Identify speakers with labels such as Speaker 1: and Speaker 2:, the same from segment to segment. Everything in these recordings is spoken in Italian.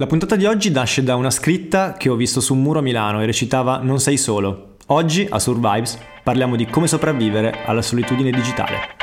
Speaker 1: La puntata di oggi nasce da una scritta che ho visto su un muro a Milano e recitava Non sei solo. Oggi a Survives parliamo di come sopravvivere alla solitudine digitale.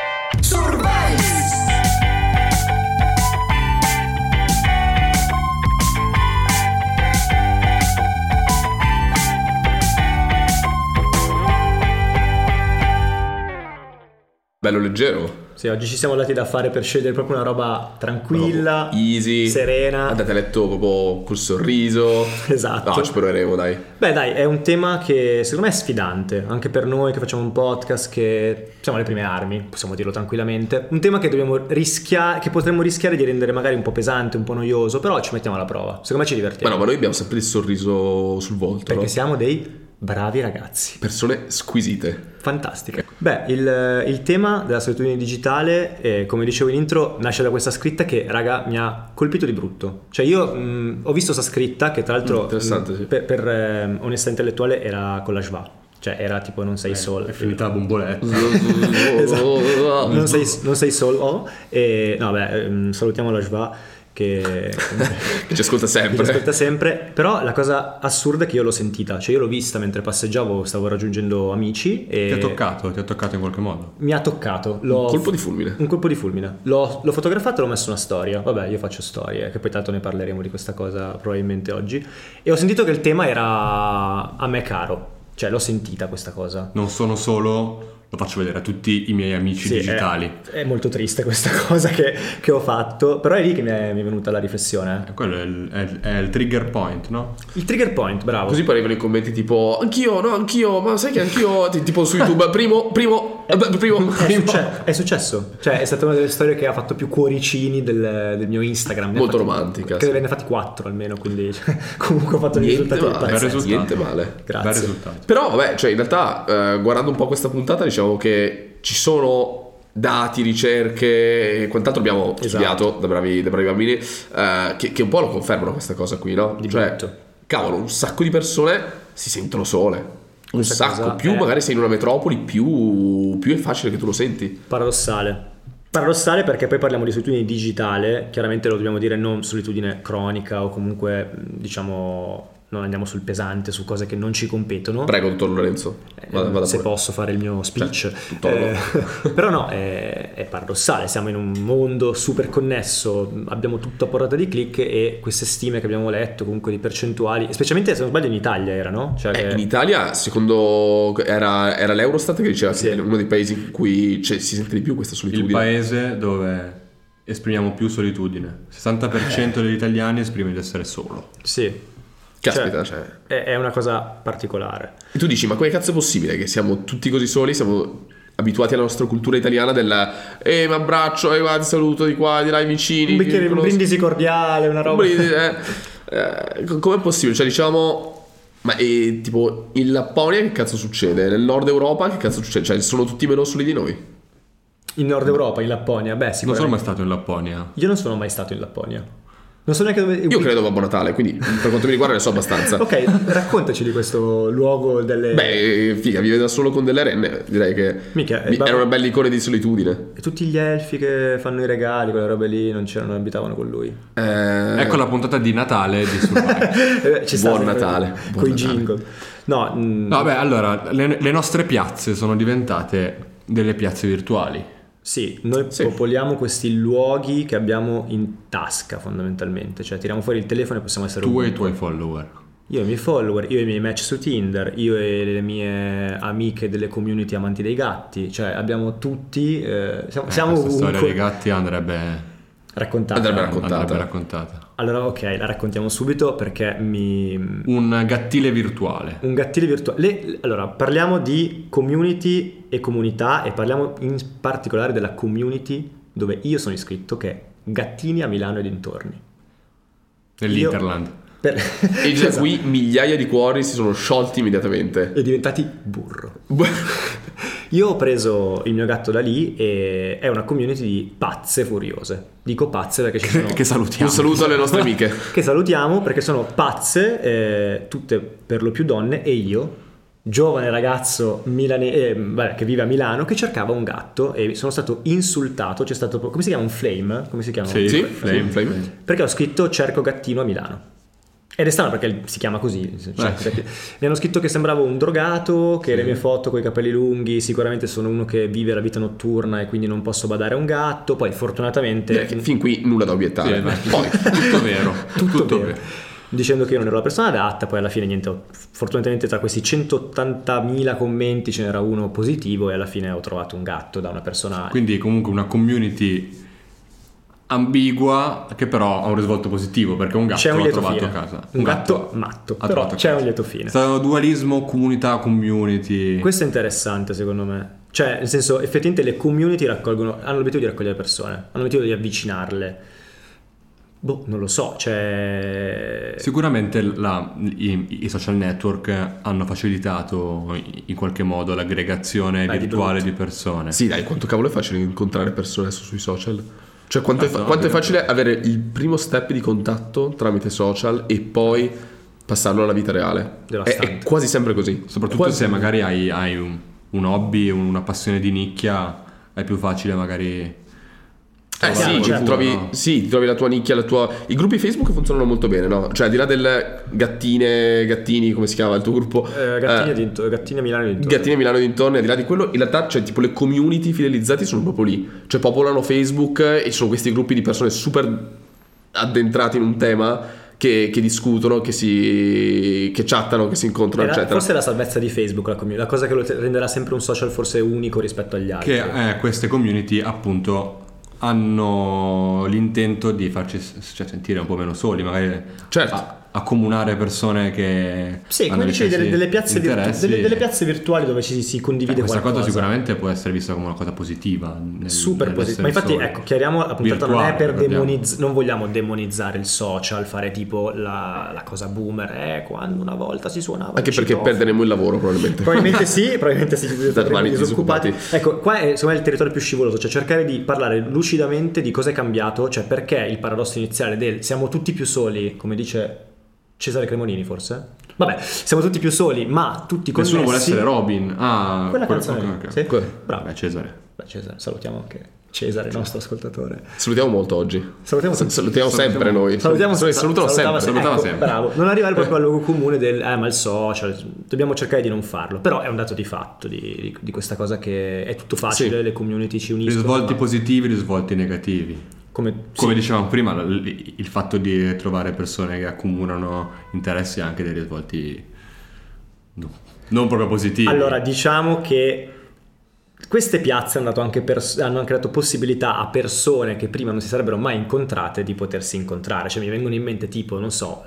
Speaker 2: Bello leggero.
Speaker 1: Sì, oggi ci siamo dati da fare per scegliere proprio una roba tranquilla,
Speaker 2: Proprio easy.
Speaker 1: serena.
Speaker 2: Andate a letto proprio col sorriso.
Speaker 1: Esatto.
Speaker 2: No, ci proveremo, dai.
Speaker 1: Beh, dai, è un tema che secondo me è sfidante, anche per noi che facciamo un podcast che siamo alle prime armi, possiamo dirlo tranquillamente. Un tema che dobbiamo rischiare, che potremmo rischiare di rendere magari un po' pesante, un po' noioso, però ci mettiamo alla prova. Secondo me ci
Speaker 2: Ma
Speaker 1: divertiamo.
Speaker 2: no, ma noi abbiamo sempre il sorriso sul volto.
Speaker 1: perché
Speaker 2: no?
Speaker 1: siamo dei bravi ragazzi.
Speaker 2: Persone squisite.
Speaker 1: Fantastica. Beh, il, il tema della solitudine digitale, eh, come dicevo in intro, nasce da questa scritta che, raga, mi ha colpito di brutto. Cioè, io mh, ho visto questa scritta che, tra l'altro,
Speaker 2: Mm, interessante,
Speaker 1: mh,
Speaker 2: sì.
Speaker 1: per, per, eh, onestà intellettuale era con la schwa. Cioè, era tipo non sei solo.
Speaker 3: Eh, È finita Oh, la bomboletta.
Speaker 1: Esatto. Non sei, non sei solo. oh. E, no, beh, ehm, salutiamo la schwa che
Speaker 2: Che ci ascolta
Speaker 1: mi
Speaker 2: sempre.
Speaker 1: aspetta sempre. Però la cosa assurda è che io l'ho sentita, cioè io l'ho vista mentre passeggiavo, stavo raggiungendo amici e
Speaker 3: Ti ha toccato, ti ha toccato in qualche modo.
Speaker 1: mi ha toccato. L'ho-
Speaker 2: Colpo di fulmine.
Speaker 1: un colpo di fulmine. L'ho, l'ho fotografato e l'ho messo una storia. Vabbè, io faccio storie, che poi tanto ne parleremo di questa cosa probabilmente oggi. E ho sentito che il tema era a me caro. Cioè, l'ho sentita questa cosa.
Speaker 3: Non sono solo, lo faccio vedere a tutti i miei amici
Speaker 1: Sì,
Speaker 3: digitali.
Speaker 1: È, è molto triste questa cosa che, che ho fatto. Però è lì che mi è, mi è venuta la riflessione. eh.
Speaker 3: Quello è il, è- è il trigger point, no?
Speaker 1: Il trigger point, bravo.
Speaker 2: Così parevano i commenti tipo anch'io, no, anch'io, ma sai che anch'io, Ti- tipo su YouTube, primo, primo, eh, beh, primo,
Speaker 1: È,
Speaker 2: primo.
Speaker 1: succe- è successo, cioè è stata una delle storie che ha fatto più cuoricini del, del mio Instagram. Ne ha
Speaker 2: Molto
Speaker 1: fatti-
Speaker 2: romantica,
Speaker 1: Credo
Speaker 2: sì.
Speaker 1: ne ne ha fatti quattro almeno, quindi cioè, comunque ho fatto dei
Speaker 2: Niente
Speaker 1: risultati
Speaker 2: male,
Speaker 1: pazzeschi.
Speaker 3: risultato.
Speaker 2: niente male.
Speaker 1: Grazie.
Speaker 3: Bel risultato.
Speaker 2: Però vabbè, cioè in realtà eh, guardando un po' questa puntata diciamo che ci sono dati, ricerche e quant'altro abbiamo
Speaker 1: Esatto.
Speaker 2: studiato da bravi, da bravi bambini eh, che, che un po' lo confermano questa cosa qui, no? Cioè,
Speaker 1: Di brutto.
Speaker 2: cavolo, un sacco di persone si sentono sole. Un
Speaker 1: Questa cosa
Speaker 2: sacco, più
Speaker 1: è-
Speaker 2: magari sei in una metropoli, più, più è facile che tu lo senti.
Speaker 1: Paradossale. Paradossale perché poi parliamo di solitudine digitale, chiaramente lo dobbiamo dire non solitudine cronica o comunque diciamo non andiamo sul pesante, su cose che non ci competono.
Speaker 2: Prego, dottor Lorenzo.
Speaker 1: Eh,
Speaker 2: Vada, vada
Speaker 1: se
Speaker 2: pure. Cioè,
Speaker 1: posso fare il mio speech.
Speaker 2: tutto
Speaker 1: Eh, però no, è, è paradossale, siamo in un mondo super connesso, abbiamo tutto a portata di click e queste stime che abbiamo letto comunque di percentuali, specialmente se non sbaglio in Italia era, no? Cioè
Speaker 2: Eh,
Speaker 1: che-
Speaker 2: in Italia, secondo era, era l'Eurostat che diceva
Speaker 1: Sì.
Speaker 2: che è uno dei paesi in cui cioè, si sente di più questa
Speaker 3: Il
Speaker 2: solitudine.
Speaker 3: paese dove esprimiamo più solitudine. 60% degli italiani esprime di essere solo.
Speaker 1: Sì.
Speaker 2: Caspita,
Speaker 1: Cioè,
Speaker 2: cioè.
Speaker 1: È, è una cosa particolare.
Speaker 2: E tu dici, ma come cazzo è possibile che siamo tutti così soli? Siamo abituati alla nostra cultura italiana del eh, mi abbraccio, eh, guarda, ti saluto di qua, di là, i vicini.
Speaker 1: Un, bicchiere-
Speaker 2: ti
Speaker 1: un
Speaker 2: conosco."
Speaker 1: brindisi cordiale, una
Speaker 2: Un
Speaker 1: roba...
Speaker 2: brindisi, eh. Eh, co- com'è possibile? Cioè, diciamo. Ma eh, tipo in Lapponia che cazzo succede? Nel nord Europa che cazzo succede? Cioè, sono tutti meno soli di noi.
Speaker 1: In Nord Europa, in Lapponia, beh,
Speaker 3: Non sono
Speaker 1: sicuramente.
Speaker 3: mai stato in Lapponia.
Speaker 1: Io non sono mai stato in Lapponia. Non so neanche dove.
Speaker 2: Io credo a Babbo Natale, quindi per quanto mi riguarda ne so abbastanza.
Speaker 1: Ok, raccontaci di questo luogo delle.
Speaker 2: Beh, eh, figa, vive da solo con delle renne. Direi che
Speaker 1: Mica, eh,
Speaker 2: mi-
Speaker 1: Babbo-
Speaker 2: era una bella icona di solitudine.
Speaker 1: Tutti gli elfi che fanno i regali, quelle robe lì, non c'erano, non abitavano con lui.
Speaker 2: Eh,
Speaker 3: Ecco la puntata di Natale di Survive.
Speaker 1: Eh, Ci sta
Speaker 2: Buon
Speaker 1: sempre-
Speaker 2: Natale, buon
Speaker 1: Coi
Speaker 2: Natale.
Speaker 1: jingle. No, mm,
Speaker 3: No, Vabbè, allora, le, le nostre piazze sono diventate delle piazze virtuali.
Speaker 1: sì, noi
Speaker 2: Sì.
Speaker 1: popoliamo questi luoghi che abbiamo in tasca, fondamentalmente. Cioè, tiriamo fuori il telefono e possiamo essere
Speaker 3: Tu e i
Speaker 1: ovunque.
Speaker 3: tuoi follower.
Speaker 1: Io e i miei follower, io e i miei match su Tinder, io e le mie amiche delle community amanti dei gatti, cioè abbiamo tutti... eh, siamo
Speaker 3: Eh,
Speaker 1: siamo
Speaker 3: questa storia dei
Speaker 1: ovunque.
Speaker 3: gatti andrebbe,
Speaker 1: Raccontate.
Speaker 2: Andrebbe raccontata.
Speaker 3: andrebbe raccontata.
Speaker 1: Allora ok, la raccontiamo subito perché mi...
Speaker 3: Un gattile virtuale.
Speaker 1: Un gattile virtuale. Le- Allora, parliamo di community e comunità e parliamo in particolare della community dove io sono iscritto che è Gattini a Milano e dintorni.
Speaker 3: Nell'Interland.
Speaker 1: Per...
Speaker 2: E già
Speaker 1: Esatto.
Speaker 2: qui migliaia di cuori si sono sciolti immediatamente.
Speaker 1: E diventati burro.
Speaker 2: Beh,
Speaker 1: Io ho preso il mio gatto da lì e è una community di pazze furiose. Dico pazze perché ci sono...
Speaker 3: Che salutiamo.
Speaker 2: Un saluto alle nostre amiche.
Speaker 1: che salutiamo perché sono pazze, eh, tutte per lo più donne e io giovane ragazzo milane- eh, vabbè, che vive a Milano che cercava un gatto e sono stato insultato. C'è stato. Come si chiama? Un flame? Come si chiama?
Speaker 3: Sì,
Speaker 2: Sì,
Speaker 3: flame,
Speaker 2: flame,
Speaker 3: flame.
Speaker 1: Perché ho scritto cerco gattino a Milano. Ed è strano perché si chiama così. Cerco
Speaker 3: Eh, sì.
Speaker 1: Gattino. Mi hanno scritto che sembravo un drogato, che le mie foto con i capelli lunghi sicuramente sono uno che vive la vita notturna e quindi non posso badare a un gatto. Poi fortunatamente...
Speaker 2: Direi che Eh, fin qui nulla da
Speaker 3: Sì,
Speaker 2: obiettare.
Speaker 3: infatti,
Speaker 2: Poi,
Speaker 3: tutto vero.
Speaker 1: tutto, vero. Dicendo che io non ero la persona adatta, poi alla fine niente, ho- fortunatamente tra questi 180.000 commenti ce n'era uno positivo e alla fine ho trovato un gatto da una persona...
Speaker 3: Quindi comunque una community ambigua che però ha un risvolto positivo perché un
Speaker 1: c'è
Speaker 3: gatto
Speaker 1: un
Speaker 3: l'ha
Speaker 1: lieto
Speaker 3: trovato
Speaker 1: fine.
Speaker 3: a casa.
Speaker 1: Un gatto, matto,
Speaker 3: ha
Speaker 1: però
Speaker 3: trovato a
Speaker 1: c'è
Speaker 3: casa.
Speaker 1: un lieto fine.
Speaker 3: Sta dualismo comunità community.
Speaker 1: Questo è interessante secondo me. Cioè, nel senso, effettivamente le community raccolgono, hanno l'obiettivo di raccogliere persone, hanno l'obiettivo di avvicinarle. Boh, non lo so, cioè...
Speaker 3: Sicuramente la- i, i social network hanno facilitato in qualche modo l'aggregazione
Speaker 1: Dai, di
Speaker 3: virtuale
Speaker 1: brutto.
Speaker 3: di persone.
Speaker 2: sì, dai, quanto cavolo è facile incontrare persone adesso sui social? Cioè, quanto, è, fa-
Speaker 3: Ah, no,
Speaker 2: quanto è
Speaker 3: vero.
Speaker 2: facile avere il primo step di contatto tramite social e poi passarlo alla vita reale? È, è
Speaker 1: Devastante.
Speaker 2: quasi sempre così.
Speaker 3: Soprattutto
Speaker 2: Quasi-
Speaker 3: se magari hai, hai un, un hobby, una passione di nicchia, è più facile magari...
Speaker 2: Eh
Speaker 3: Trovi
Speaker 2: sì,
Speaker 1: qualcuno,
Speaker 2: ci trovi,
Speaker 3: no?
Speaker 2: sì, trovi la tua nicchia, la tua... I gruppi Facebook funzionano molto bene, no? Cioè, al di là del gattine, gattini, come si chiama il tuo gruppo?
Speaker 1: Eh, Gattini,
Speaker 2: Eh,
Speaker 1: dint- Gattini a Milano e dintorni.
Speaker 2: Gattini Milano e dintorni, al di là di quello, in realtà, cioè, tipo, le community fidelizzate sono proprio lì. Cioè, popolano Facebook eh, e ci sono questi gruppi di persone super addentrate in un tema che, che discutono, che si... che chattano, che si incontrano,
Speaker 1: Era-
Speaker 2: eccetera.
Speaker 1: forse è la salvezza di Facebook, la, commu- la cosa che lo te- renderà sempre un social forse unico rispetto agli altri.
Speaker 3: Che eh, queste community appunto hanno l'intento di farci s- cioè, sentire un po' meno soli, magari
Speaker 2: Certo.
Speaker 3: a- accomunare persone che...
Speaker 1: sì,
Speaker 3: hanno
Speaker 1: come
Speaker 3: gli
Speaker 1: dicevi,
Speaker 3: stessi
Speaker 1: delle, delle piazze virtu-
Speaker 3: interessi.
Speaker 1: delle- delle piazze virtuali dove ci si, si
Speaker 3: Eh,
Speaker 1: condivide
Speaker 3: questa
Speaker 1: qualcosa.
Speaker 3: cosa sicuramente può essere vista come una cosa positiva. nel-
Speaker 1: Super
Speaker 3: nell'essere
Speaker 1: positivo. Ma infatti,
Speaker 3: soli.
Speaker 1: ecco, chiariamo la puntata non è
Speaker 3: Virtuale,
Speaker 1: per
Speaker 3: ricordiamo.
Speaker 1: demonizzare, non vogliamo demonizzare il social, fare tipo la, la cosa boomer, eh, quando una volta si suonava.
Speaker 2: Anche
Speaker 1: il
Speaker 2: perché
Speaker 1: citofono.
Speaker 2: perderemo il lavoro, probabilmente.
Speaker 1: Probabilmente sì, probabilmente sì, siete
Speaker 2: Normali
Speaker 1: disoccupati.
Speaker 2: disoccupati.
Speaker 1: Ecco, qua è secondo me il territorio più scivoloso, cioè cercare di parlare lucidamente di cosa è cambiato, cioè perché il paradosso iniziale del siamo tutti più soli, come dice Cesare Cremonini forse? Vabbè, siamo tutti più soli, ma tutti connessi.
Speaker 3: Nessuno vuole essere Robin. Ah,
Speaker 1: Quella
Speaker 3: quel-
Speaker 1: canzone
Speaker 3: ok,
Speaker 1: lì,
Speaker 3: ok.
Speaker 1: sì.
Speaker 2: Quella.
Speaker 1: Bravo.
Speaker 3: Vabbè, Eh, Cesare.
Speaker 1: Beh, Cesare, salutiamo anche Cesare, il nostro ascoltatore.
Speaker 2: Salutiamo molto oggi.
Speaker 1: Salutiamo
Speaker 2: Sa-
Speaker 1: tutti.
Speaker 2: Salutiamo sempre
Speaker 3: Salutiamo-
Speaker 2: noi.
Speaker 1: Salutiamo
Speaker 2: Sal- salutano
Speaker 1: salutava
Speaker 2: sempre.
Speaker 3: salutava
Speaker 1: ecco,
Speaker 3: sempre.
Speaker 1: Bravo. Non arrivare proprio al luogo comune del eh, ma il social, dobbiamo cercare di non farlo. Però è un dato di fatto di, di- di questa cosa che è tutto facile,
Speaker 2: Sì.
Speaker 1: le community ci uniscono.
Speaker 3: Risvolti
Speaker 1: ma
Speaker 3: positivi, risvolti negativi.
Speaker 1: come,
Speaker 3: Come
Speaker 1: sì,
Speaker 3: dicevamo prima, l- il fatto di trovare persone che accomunano interessi ha anche dei risvolti no- non proprio positivi.
Speaker 1: Allora, diciamo che queste piazze hanno dato, anche pers- hanno anche dato possibilità a persone che prima non si sarebbero mai incontrate di potersi incontrare. Cioè, mi vengono in mente, tipo, non so,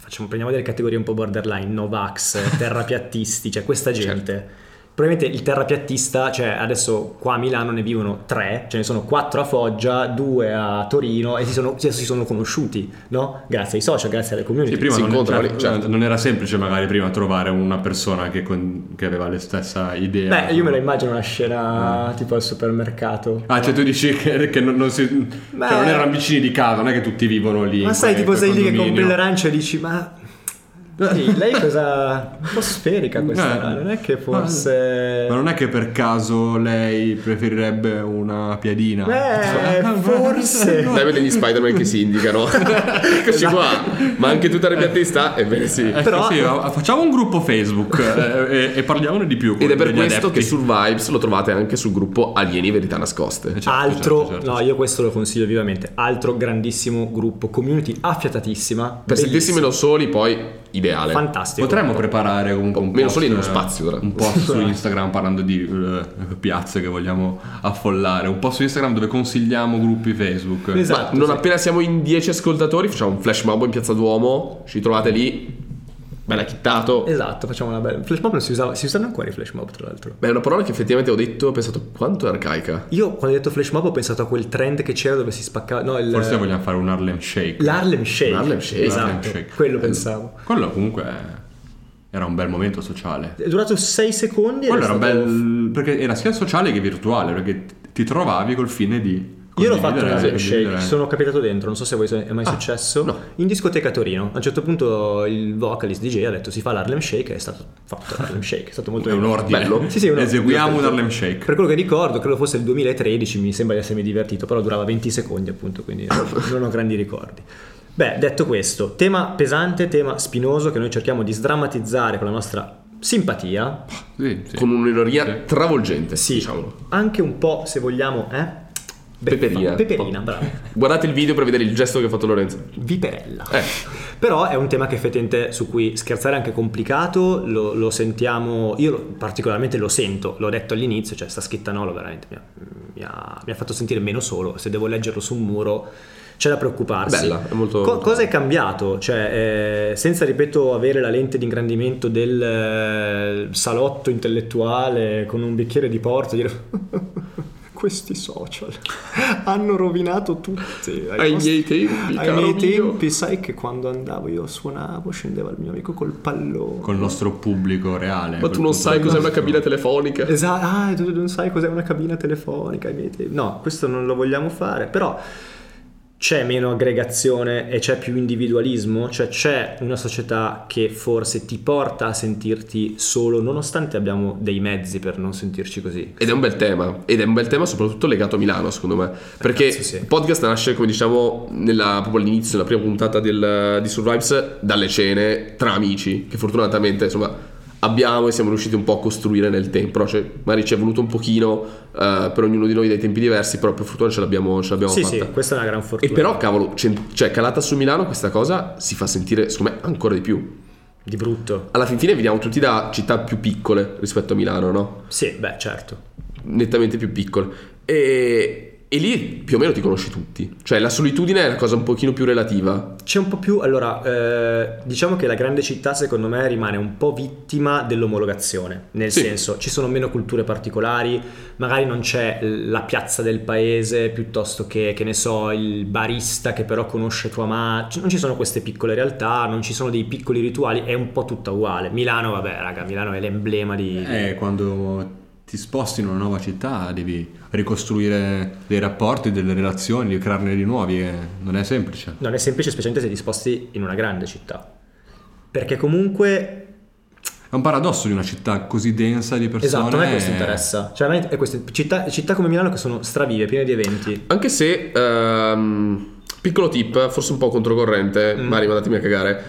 Speaker 1: facciamo, prendiamo delle categorie un po' borderline, Novax, terrapiattisti, cioè questa gente. Probabilmente il terrapiattista, cioè adesso qua a Milano ne vivono tre, ce ne sono quattro a Foggia, due a Torino e si sono, si- si sono conosciuti, no? Grazie ai social, grazie alle community.
Speaker 3: Sì, prima
Speaker 2: si
Speaker 3: non,
Speaker 2: incontrano,
Speaker 3: cioè,
Speaker 2: certo.
Speaker 3: non era semplice magari prima trovare una persona che, con- che aveva la stessa idea.
Speaker 1: Beh, io me la immagino una scena tipo al supermercato.
Speaker 3: Ah, cioè tu dici che, che non, non si-
Speaker 1: Beh.
Speaker 3: cioè, non erano vicini di casa, non è che tutti vivono lì.
Speaker 1: Ma
Speaker 3: in
Speaker 1: sai,
Speaker 3: quel-
Speaker 1: tipo,
Speaker 3: quel
Speaker 1: sei lì che compri
Speaker 3: ecco, condominio.
Speaker 1: l'arancia e dici, ma. Ehi, lei cosa. un po' sferica questa,
Speaker 3: Eh.
Speaker 1: non è che forse.
Speaker 3: Ma non è che per caso lei preferirebbe una piadina?
Speaker 1: Eh, forse.
Speaker 2: Eh. Dai, vedi gli Spider-Man che si indicano. Eccoci qua. Ma anche tu terrapiattista? Ebbene sì.
Speaker 3: Ecco,
Speaker 1: Però-
Speaker 3: sì, eh, facciamo un gruppo Facebook eh, e, e parliamone di più. con
Speaker 2: Ed è per
Speaker 3: gli
Speaker 2: questo
Speaker 3: adepti.
Speaker 2: che sul Vibes lo trovate anche sul gruppo Alieni Verità Nascoste.
Speaker 3: Eh, certo,
Speaker 1: altro,
Speaker 3: certo, certo.
Speaker 1: no, io questo lo consiglio vivamente. Altro grandissimo gruppo, community affiatatissima.
Speaker 2: Per sentirsi
Speaker 1: bellissima,
Speaker 2: meno soli, poi ideale.
Speaker 1: Fantastico.
Speaker 3: Potremmo preparare comunque un
Speaker 2: Meno
Speaker 3: post,
Speaker 2: soli in uno
Speaker 3: eh,
Speaker 2: spazio, tra-
Speaker 3: Un post su Instagram parlando di eh, piazze che vogliamo affollare. Un post su Instagram dove consigliamo gruppi Facebook.
Speaker 1: Esatto.
Speaker 2: Ma non appena siamo in 10 ascoltatori, facciamo un flash mob in Piazza Duomo. Ci trovate lì. Bella chittato.
Speaker 1: Esatto, facciamo una bella. Flash mob non si usava, si usano ancora i flash mob, tra l'altro.
Speaker 2: Beh, è una parola che effettivamente ho detto, ho pensato quanto è arcaica.
Speaker 1: Io quando hai detto flash mob ho pensato a quel trend che c'era dove si spaccava. No, il.
Speaker 3: Forse vogliamo fare un Harlem Shake.
Speaker 1: L'Harlem Shake.
Speaker 2: L'Harlem Shake.
Speaker 1: Esatto,
Speaker 3: L'Harlem Shake.
Speaker 1: quello pensavo.
Speaker 3: Quello comunque eh, era un bel momento sociale.
Speaker 1: È durato 6 secondi. ed
Speaker 3: Quello
Speaker 1: è
Speaker 3: era
Speaker 1: stato-
Speaker 3: bel perché era sia sociale che virtuale, perché ti trovavi col fine di
Speaker 1: Io l'ho fatto
Speaker 3: Condividere,
Speaker 1: una milkshake,
Speaker 3: condividere.
Speaker 1: sono capitato dentro, non so se a voi è mai
Speaker 2: Ah,
Speaker 1: successo.
Speaker 2: no.
Speaker 1: In discoteca a Torino, a un certo punto il vocalist DJ ha detto si fa l'Harlem Shake e è stato fatto l'Harlem Shake, è stato molto
Speaker 3: È un ordine.
Speaker 2: Bello.
Speaker 1: Sì, sì, un ordine.
Speaker 3: Eseguiamo un Harlem Shake.
Speaker 1: Per quello che ricordo, credo fosse il 2013, mi sembra di essermi divertito, però durava 20 secondi appunto, quindi non ho grandi ricordi. Beh, detto questo, tema pesante, tema spinoso che noi cerchiamo di sdrammatizzare con la nostra simpatia,
Speaker 3: Sì, sì.
Speaker 2: Con un'ironia
Speaker 3: Eh Sì.
Speaker 2: travolgente,
Speaker 1: sì,
Speaker 2: diciamolo.
Speaker 1: anche un po', se vogliamo, eh? Beffa.
Speaker 2: Peperina.
Speaker 1: Peperina, bravo.
Speaker 2: Guardate il video per vedere il gesto che ha fatto Lorenzo.
Speaker 1: Viperella.
Speaker 2: Eh.
Speaker 1: Però è un tema che effettivamente su cui scherzare è anche complicato, lo, lo sentiamo, io lo- particolarmente lo sento, l'ho detto all'inizio, cioè sta scritta Nolo veramente mi ha, mi ha- mi ha fatto sentire meno solo, se devo leggerlo su un muro c'è da preoccuparsi.
Speaker 2: Bella, è molto-
Speaker 1: Co- cosa è cambiato? Cioè, eh, senza, ripeto, avere la lente di ingrandimento del eh, salotto intellettuale con un bicchiere di porto e dire... Questi social hanno rovinato tutti.
Speaker 2: Ai miei tempi,
Speaker 1: ai
Speaker 2: caro
Speaker 1: miei
Speaker 2: mio."
Speaker 1: tempi, sai che quando andavo io suonavo, scendeva il mio amico col pallone.
Speaker 3: Con il nostro pubblico reale.
Speaker 2: Ma
Speaker 3: col
Speaker 2: tu non sai
Speaker 3: pubblico
Speaker 2: cos'è una
Speaker 3: nostro.
Speaker 2: cabina telefonica?
Speaker 1: Esatto, ah, tu non sai cos'è una cabina telefonica. ai miei tempi. No, questo non lo vogliamo fare, però c'è meno aggregazione e c'è più individualismo, cioè c'è una società che forse ti porta a sentirti solo, nonostante abbiamo dei mezzi per non sentirci così.
Speaker 2: Ed è un bel tema, ed è un bel tema soprattutto legato a Milano, secondo me. Perché
Speaker 1: Cazzo, Eh, sì.
Speaker 2: il podcast nasce, come diciamo, nella- proprio all'inizio, nella prima puntata del- di Survives, dalle cene tra amici, che fortunatamente, insomma, abbiamo e siamo riusciti un po' a costruire nel tempo. no? Cioè, magari ci è voluto un pochino eh, per ognuno di noi dei tempi diversi, però per fortuna ce l'abbiamo, ce l'abbiamo
Speaker 1: Sì,
Speaker 2: fatta.
Speaker 1: sì, questa è una gran
Speaker 2: E
Speaker 1: fortuna.
Speaker 2: però, cavolo, cen- cioè, calata su Milano questa cosa si fa sentire, secondo me, ancora di più.
Speaker 1: Di brutto.
Speaker 2: Alla fin fine veniamo tutti da città più piccole rispetto a Milano, no?
Speaker 1: Sì, beh, certo.
Speaker 2: nettamente più piccole. E, e lì più o meno ti conosci tutti. Cioè, la solitudine è una cosa un pochino più relativa.
Speaker 1: C'è un po' più, allora, eh, diciamo che la grande città secondo me rimane un po' vittima dell'omologazione, nel
Speaker 2: Sì.
Speaker 1: senso ci sono meno culture particolari, magari non c'è l- la piazza del paese piuttosto che, che ne so, il barista che però conosce tua mamma, non ci sono queste piccole realtà, non ci sono dei piccoli rituali, è un po' tutta uguale. Milano, vabbè raga, Milano è l'emblema di...
Speaker 3: Eh, quando ti sposti in una nuova città devi ricostruire dei rapporti, delle relazioni, devi crearne di nuovi. e non è semplice.
Speaker 1: Non è semplice, specialmente se ti sposti in una grande città, perché comunque
Speaker 3: È un paradosso di una città così densa di persone.
Speaker 1: Esatto, a me questo
Speaker 3: eh,
Speaker 1: interessa. Cioè, a me è queste città, città come Milano che sono stravive, piene di eventi.
Speaker 2: Anche se, ehm, piccolo tip, forse un po' controcorrente,
Speaker 1: Mm.
Speaker 2: Mari, mandatemi a cagare.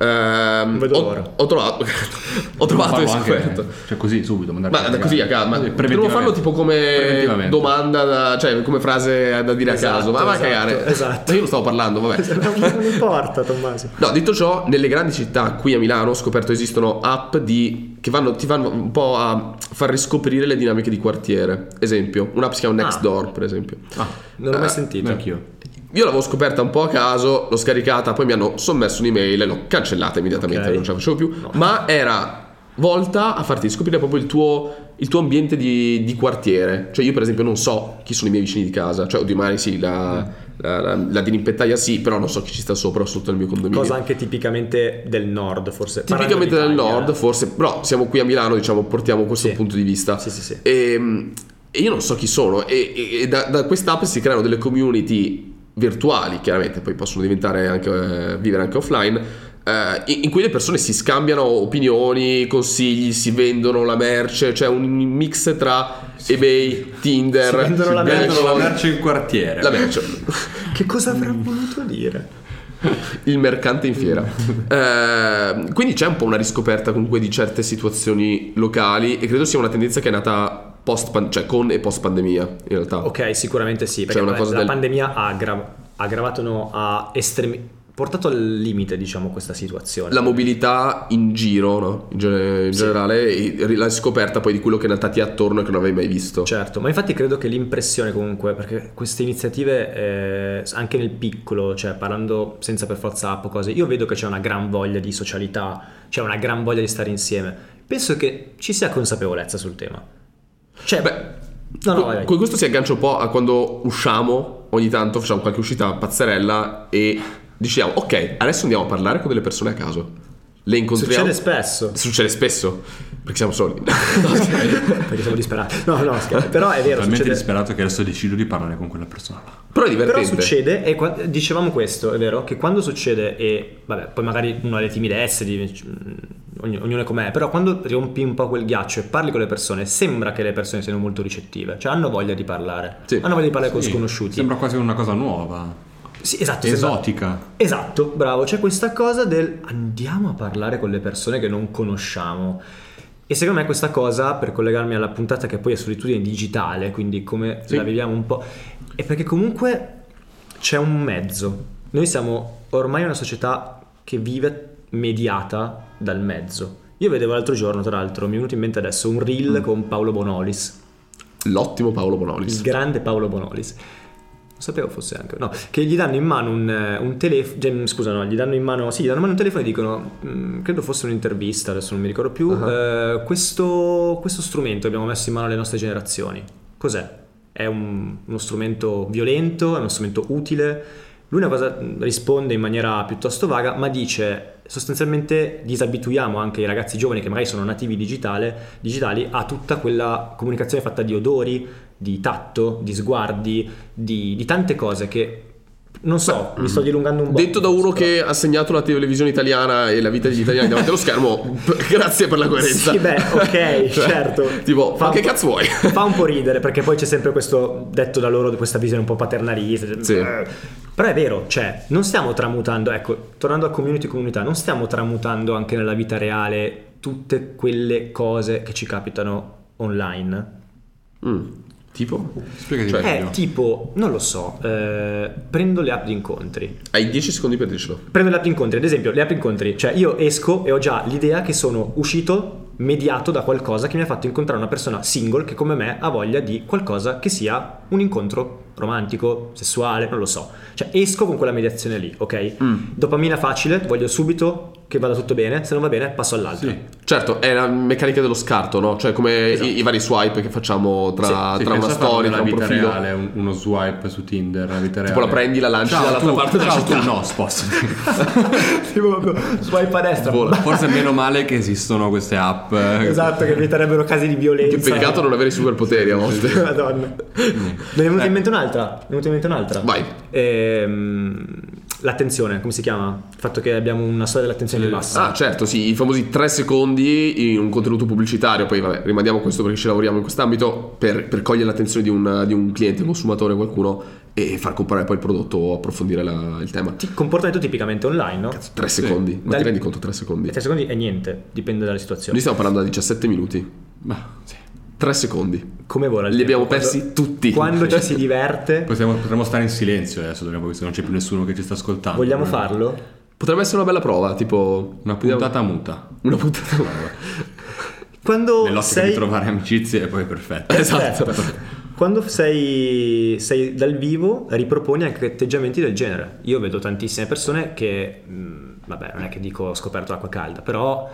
Speaker 2: Ehm,
Speaker 1: Vedo
Speaker 2: ho,
Speaker 1: l'ora.
Speaker 2: ho trovato, ho trovato
Speaker 3: farlo
Speaker 2: e
Speaker 3: anche-
Speaker 2: scoperto.
Speaker 3: Cioè così subito. mandarti
Speaker 2: Ma da così a caso, ma
Speaker 3: Così,
Speaker 2: potremmo farlo tipo come
Speaker 3: Preventivamente.
Speaker 2: domanda, da- cioè come frase da dire a
Speaker 1: Esatto,
Speaker 2: caso. Ma va a
Speaker 1: esatto,
Speaker 2: cagare.
Speaker 1: esatto.
Speaker 2: Ma io lo stavo parlando, vabbè.
Speaker 1: non importa, Tommaso.
Speaker 2: No, detto ciò, nelle grandi città qui a Milano ho scoperto esistono app di, che vanno, ti vanno un po' a far riscoprire le dinamiche di quartiere. Esempio, un'app si chiama
Speaker 1: Ah.
Speaker 2: Nextdoor, per esempio.
Speaker 3: Ah,
Speaker 1: Non l'ho mai
Speaker 3: beh,
Speaker 2: cioè,
Speaker 1: sentito.
Speaker 3: anch'io.
Speaker 2: Io l'avevo scoperta un po' a caso, l'ho scaricata, poi mi hanno sommesso un'email e l'ho cancellata immediatamente,
Speaker 1: Ok.
Speaker 2: non ce la facevo più. Ma era volta a farti scoprire proprio il tuo, il tuo ambiente di, di quartiere. Cioè, io, per esempio, non so chi sono i miei vicini di casa. Cioè, oddio, magari sì, la, la, la, la dirimpettaia sì, però non so chi ci sta sopra o sotto il mio condominio.
Speaker 1: Cosa anche tipicamente del nord, forse.
Speaker 2: Tipicamente del
Speaker 1: Parlando
Speaker 2: nord,
Speaker 1: d'Italia.
Speaker 2: forse, però siamo qui a Milano, diciamo, portiamo questo
Speaker 1: Sì.
Speaker 2: punto di vista.
Speaker 1: Sì, sì, sì.
Speaker 2: E, e io non so chi sono, e, e- e da, da quest'app si creano delle community virtuali, chiaramente, poi possono diventare anche, eh, vivere anche offline, eh, in, in cui le persone si scambiano opinioni, consigli, si vendono la merce, cioè un mix tra eBay, Tinder,
Speaker 1: Si vendono la
Speaker 2: Match,
Speaker 1: merce.
Speaker 3: Vendono la merce in quartiere.
Speaker 2: la merce.
Speaker 1: Che cosa avrà
Speaker 2: Mm.
Speaker 1: voluto dire?
Speaker 2: il mercante in fiera.
Speaker 1: Mm.
Speaker 2: Eh, quindi c'è un po' una riscoperta comunque di certe situazioni locali e credo sia una tendenza che è nata post pan- cioè con e post pandemia in realtà.
Speaker 1: Ok, sicuramente sì, perché
Speaker 2: Cioè, una
Speaker 1: vabbè,
Speaker 2: cosa
Speaker 1: la
Speaker 2: del-
Speaker 1: pandemia ha aggra- aggravato, no, ha estremi- portato al limite, diciamo, questa situazione.
Speaker 2: La mobilità in giro, no? in, gene- in
Speaker 1: Sì.
Speaker 2: generale, e la riscoperta poi di quello che in realtà ti è attorno e che non avevi mai visto.
Speaker 1: Certo, ma infatti credo che l'impressione comunque, perché queste iniziative eh, anche nel piccolo, cioè parlando senza per forza app o cose, io vedo che c'è una gran voglia di socialità, c'è una gran voglia di stare insieme. Penso che ci sia consapevolezza sul tema. Cioè,
Speaker 2: Beh,
Speaker 1: no, no,
Speaker 2: que-
Speaker 1: vai, vai.
Speaker 2: que- questo si aggancia un po' a quando usciamo ogni tanto, facciamo qualche uscita pazzerella e diciamo, ok, adesso andiamo a parlare con delle persone a caso. le incontriamo.
Speaker 1: Succede spesso.
Speaker 2: Succede spesso, perché siamo soli. No, scherzo.
Speaker 1: Perché siamo disperati. No, no, scherzo. Però è vero,
Speaker 3: Talmente
Speaker 1: succede.
Speaker 3: disperato che adesso decido di parlare con quella persona là.
Speaker 2: Però è divertente.
Speaker 1: Però succede, e qua- dicevamo questo, è vero, che quando succede, e vabbè, poi magari uno ha le timidezze, di- ogn- ognuno è com'è, però quando rompi un po' quel ghiaccio e parli con le persone, sembra che le persone siano molto ricettive, cioè hanno voglia di parlare,
Speaker 2: Sì.
Speaker 1: hanno voglia di parlare con
Speaker 3: Sì,
Speaker 1: sconosciuti.
Speaker 3: Sembra quasi una cosa nuova,
Speaker 1: Sì, esatto, sembra-
Speaker 3: esotica.
Speaker 1: Esatto, bravo, c'è questa cosa del andiamo a parlare con le persone che non conosciamo. E secondo me questa cosa, per collegarmi alla puntata che poi è solitudine digitale, quindi come
Speaker 2: Sì.
Speaker 1: la viviamo un po', è perché comunque c'è un mezzo. Noi siamo ormai una società che vive mediata dal mezzo. Io vedevo l'altro giorno, tra l'altro, mi è venuto in mente adesso un reel con Paolo Bonolis,
Speaker 2: L'ottimo Paolo
Speaker 1: il
Speaker 2: Bonolis.
Speaker 1: grande Paolo Bonolis. Non sapevo fosse anche. No, che gli danno in mano un, eh, un telefono. scusa, no, gli danno in mano. Sì, gli danno in mano un telefono e dicono. mm, credo fosse un'intervista, adesso non mi ricordo più.
Speaker 2: Ah.
Speaker 1: eh, questo, questo strumento che abbiamo messo in mano alle nostre generazioni. Cos'è? È un- uno strumento violento, è uno strumento utile. Lui una cosa mm, risponde in maniera piuttosto vaga, ma dice sostanzialmente disabituiamo anche i ragazzi giovani che magari sono nativi digitale- digitali a tutta quella comunicazione fatta di odori, di tatto, di sguardi, di, di tante cose che non so, mi sto dilungando un po'.
Speaker 2: Mm-hmm. Detto da uno che ha segnato la televisione italiana e la vita degli italiani davanti allo schermo, p- grazie per la coerenza.
Speaker 1: Sì, beh, ok,
Speaker 2: Cioè,
Speaker 1: certo.
Speaker 2: Tipo,
Speaker 1: Fa
Speaker 2: ma
Speaker 1: un
Speaker 2: che
Speaker 1: po'-
Speaker 2: cazzo vuoi?
Speaker 1: Fa un po' ridere perché poi c'è sempre questo detto da loro, questa visione un po' paternalista. cioè, eh.
Speaker 2: Sì.
Speaker 1: Però è vero, cioè, non stiamo tramutando, ecco, tornando a community comunità, non stiamo tramutando anche nella vita reale tutte quelle cose che ci capitano online.
Speaker 2: Mm, Tipo?
Speaker 3: Spiegati
Speaker 2: Cioè-
Speaker 1: Eh,
Speaker 3: meglio.
Speaker 1: tipo, non lo so, eh, prendo le app di incontri.
Speaker 2: Hai 10 secondi per dircelo.
Speaker 1: Prendo le app di incontri, ad esempio, le app di incontri, cioè io esco e ho già l'idea che sono uscito mediato da qualcosa che mi ha fatto incontrare una persona single che come me ha voglia di qualcosa che sia un incontro romantico, sessuale, non lo so. Cioè esco con quella mediazione lì, ok?
Speaker 2: Mm.
Speaker 1: Dopamina facile, voglio subito che vada tutto bene, se non va bene passo all'altra.
Speaker 3: Sì.
Speaker 2: Certo, è la meccanica dello scarto, no? Cioè, come
Speaker 1: Esatto.
Speaker 2: i, i vari swipe che facciamo tra,
Speaker 3: Sì,
Speaker 2: tra una
Speaker 3: pensa a farlo
Speaker 2: storia, tra
Speaker 3: nella
Speaker 2: un
Speaker 3: vita
Speaker 2: profilo.
Speaker 3: reale, un- uno swipe su Tinder, la vita reale.
Speaker 2: Tipo, la prendi, la lanci
Speaker 3: Ciao,
Speaker 2: dall'altra
Speaker 3: tu-
Speaker 2: parte della
Speaker 3: ciao,
Speaker 2: città.
Speaker 3: tu no, spostati.
Speaker 1: tipo proprio swipe a destra.
Speaker 2: Vola.
Speaker 3: Forse è meno male che esistono queste app. eh,
Speaker 1: Esatto, che eviterebbero casi di violenza.
Speaker 2: Che peccato non Mm. avere i superpoteri a volte.
Speaker 1: Madonna. Me ne è
Speaker 2: Eh.
Speaker 1: venuta in mente un'altra. Me ne è venuta in mente un'altra.
Speaker 2: Vai.
Speaker 1: Ehm, l'attenzione, come si chiama? Il fatto che abbiamo una storia dell'attenzione di massa.
Speaker 2: Ah, certo, sì, i famosi 3 secondi in un contenuto pubblicitario. Poi, vabbè, rimandiamo a questo perché ci lavoriamo in quest'ambito per, per cogliere l'attenzione di un, di un cliente, un consumatore, qualcuno e far comprare poi il prodotto o approfondire la- il tema.
Speaker 1: Ti- Comportamento tipicamente online, no?
Speaker 2: 3 secondi, ma
Speaker 1: Dal-
Speaker 2: ti rendi conto 3 secondi?
Speaker 1: 3 secondi è niente, dipende dalle
Speaker 2: Noi
Speaker 1: situazioni.
Speaker 2: stiamo parlando da 17 minuti.
Speaker 3: Ma sì.
Speaker 2: 3 secondi.
Speaker 1: Come vola il
Speaker 2: Li
Speaker 1: tempo?
Speaker 2: abbiamo
Speaker 1: Quando-
Speaker 2: persi tutti.
Speaker 1: Quando ci si diverte,
Speaker 3: Possiamo, potremmo stare in silenzio adesso, dobbiamo, visto che non c'è più nessuno che ci sta ascoltando.
Speaker 1: vogliamo
Speaker 3: Eh,
Speaker 1: farlo?
Speaker 2: Potrebbe essere una bella prova, tipo...
Speaker 3: Una
Speaker 2: vediamo-
Speaker 3: puntata muta.
Speaker 2: Una puntata nuova.
Speaker 1: Quando
Speaker 3: Nell'ottica di
Speaker 1: Oh, sei Eh, certo.
Speaker 3: trovare amicizie e poi perfetto.
Speaker 2: esatto.
Speaker 1: Quando sei, sei dal vivo riproponi anche atteggiamenti del genere. Io vedo tantissime persone che, mh, vabbè, non è che dico ho scoperto acqua calda, però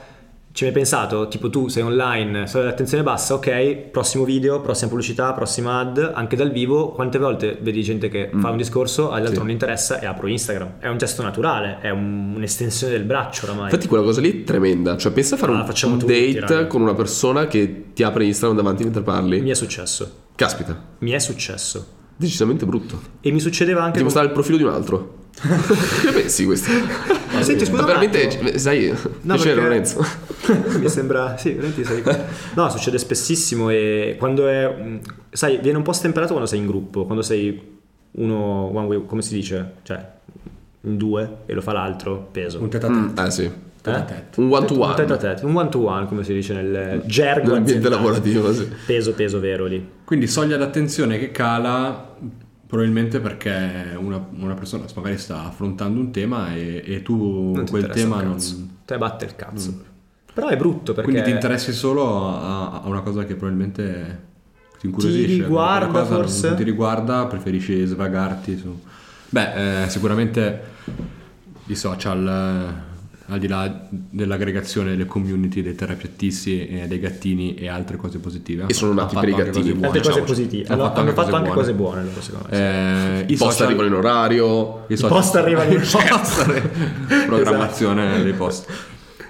Speaker 1: ci hai pensato, tipo tu sei online, sei l'attenzione bassa, ok, prossimo video, prossima pubblicità, prossima ad, anche dal vivo, quante volte vedi gente che
Speaker 2: Mm.
Speaker 1: fa un discorso, all'altro non interessa e apro Instagram. È un gesto naturale, è un- un'estensione del braccio oramai.
Speaker 2: Infatti quella cosa lì è tremenda. Cioè, pensa a fare
Speaker 1: Ah,
Speaker 2: un,
Speaker 1: la facciamo
Speaker 2: un
Speaker 1: tutti,
Speaker 2: date
Speaker 1: raga.
Speaker 2: con una persona che ti apre Instagram davanti mentre parli.
Speaker 1: Mi è successo,
Speaker 2: Caspita.
Speaker 1: mi è successo.
Speaker 2: Decisamente brutto.
Speaker 1: E mi succedeva anche...
Speaker 2: Ti mostrare il profilo di un altro. Che pensi questo?
Speaker 1: Senti, scusa
Speaker 2: Ma
Speaker 1: un attimo.
Speaker 2: veramente, sai, piacere
Speaker 1: perché-
Speaker 2: Lorenzo.
Speaker 1: mi sembra sì veramente sei no succede spessissimo e quando è mh, sai viene un po' stemperato quando sei in gruppo quando sei uno one way come si dice cioè in due e lo fa l'altro peso
Speaker 3: Un tete a
Speaker 2: Mm, ah sì.
Speaker 1: Eh?
Speaker 2: Un one to
Speaker 1: un
Speaker 2: one. Mm.
Speaker 1: tete a tete, un one to one come si dice nel gergo
Speaker 2: Nell'ambiente
Speaker 1: aziendale.
Speaker 2: lavorativo, sì.
Speaker 1: peso peso vero lì
Speaker 3: Quindi soglia d'attenzione che cala probabilmente perché una, una persona magari sta affrontando un tema e, e tu
Speaker 1: non ti
Speaker 3: quel
Speaker 1: interessa un
Speaker 3: tema non... Mm.
Speaker 1: cazzo. te batte il cazzo però è brutto perché
Speaker 3: Quindi ti interessi solo a, a una cosa che probabilmente ti incuriosisce.
Speaker 1: Ti riguarda,
Speaker 3: Una cosa non-
Speaker 1: forse?
Speaker 3: Non ti riguarda, preferisci svagarti su... Beh, eh, sicuramente i social, eh, al di là dell'aggregazione delle community dei terapeutisti e dei gattini e altre cose positive.
Speaker 2: E sono
Speaker 3: hanno
Speaker 2: nati per i
Speaker 3: fatto anche
Speaker 2: gattini.
Speaker 3: cose buone,
Speaker 1: altre cose
Speaker 3: diciamoci.
Speaker 1: positive
Speaker 3: diciamo, Hanno
Speaker 1: hanno,
Speaker 3: fatto
Speaker 1: hanno
Speaker 3: anche
Speaker 1: fatto
Speaker 3: cose
Speaker 1: anche cose buone
Speaker 3: buone.
Speaker 1: loro secondo me
Speaker 3: Eh,
Speaker 2: I post arrivano in orario.
Speaker 3: i
Speaker 1: post arrivano in-
Speaker 3: Esatto. Programmazione dei post.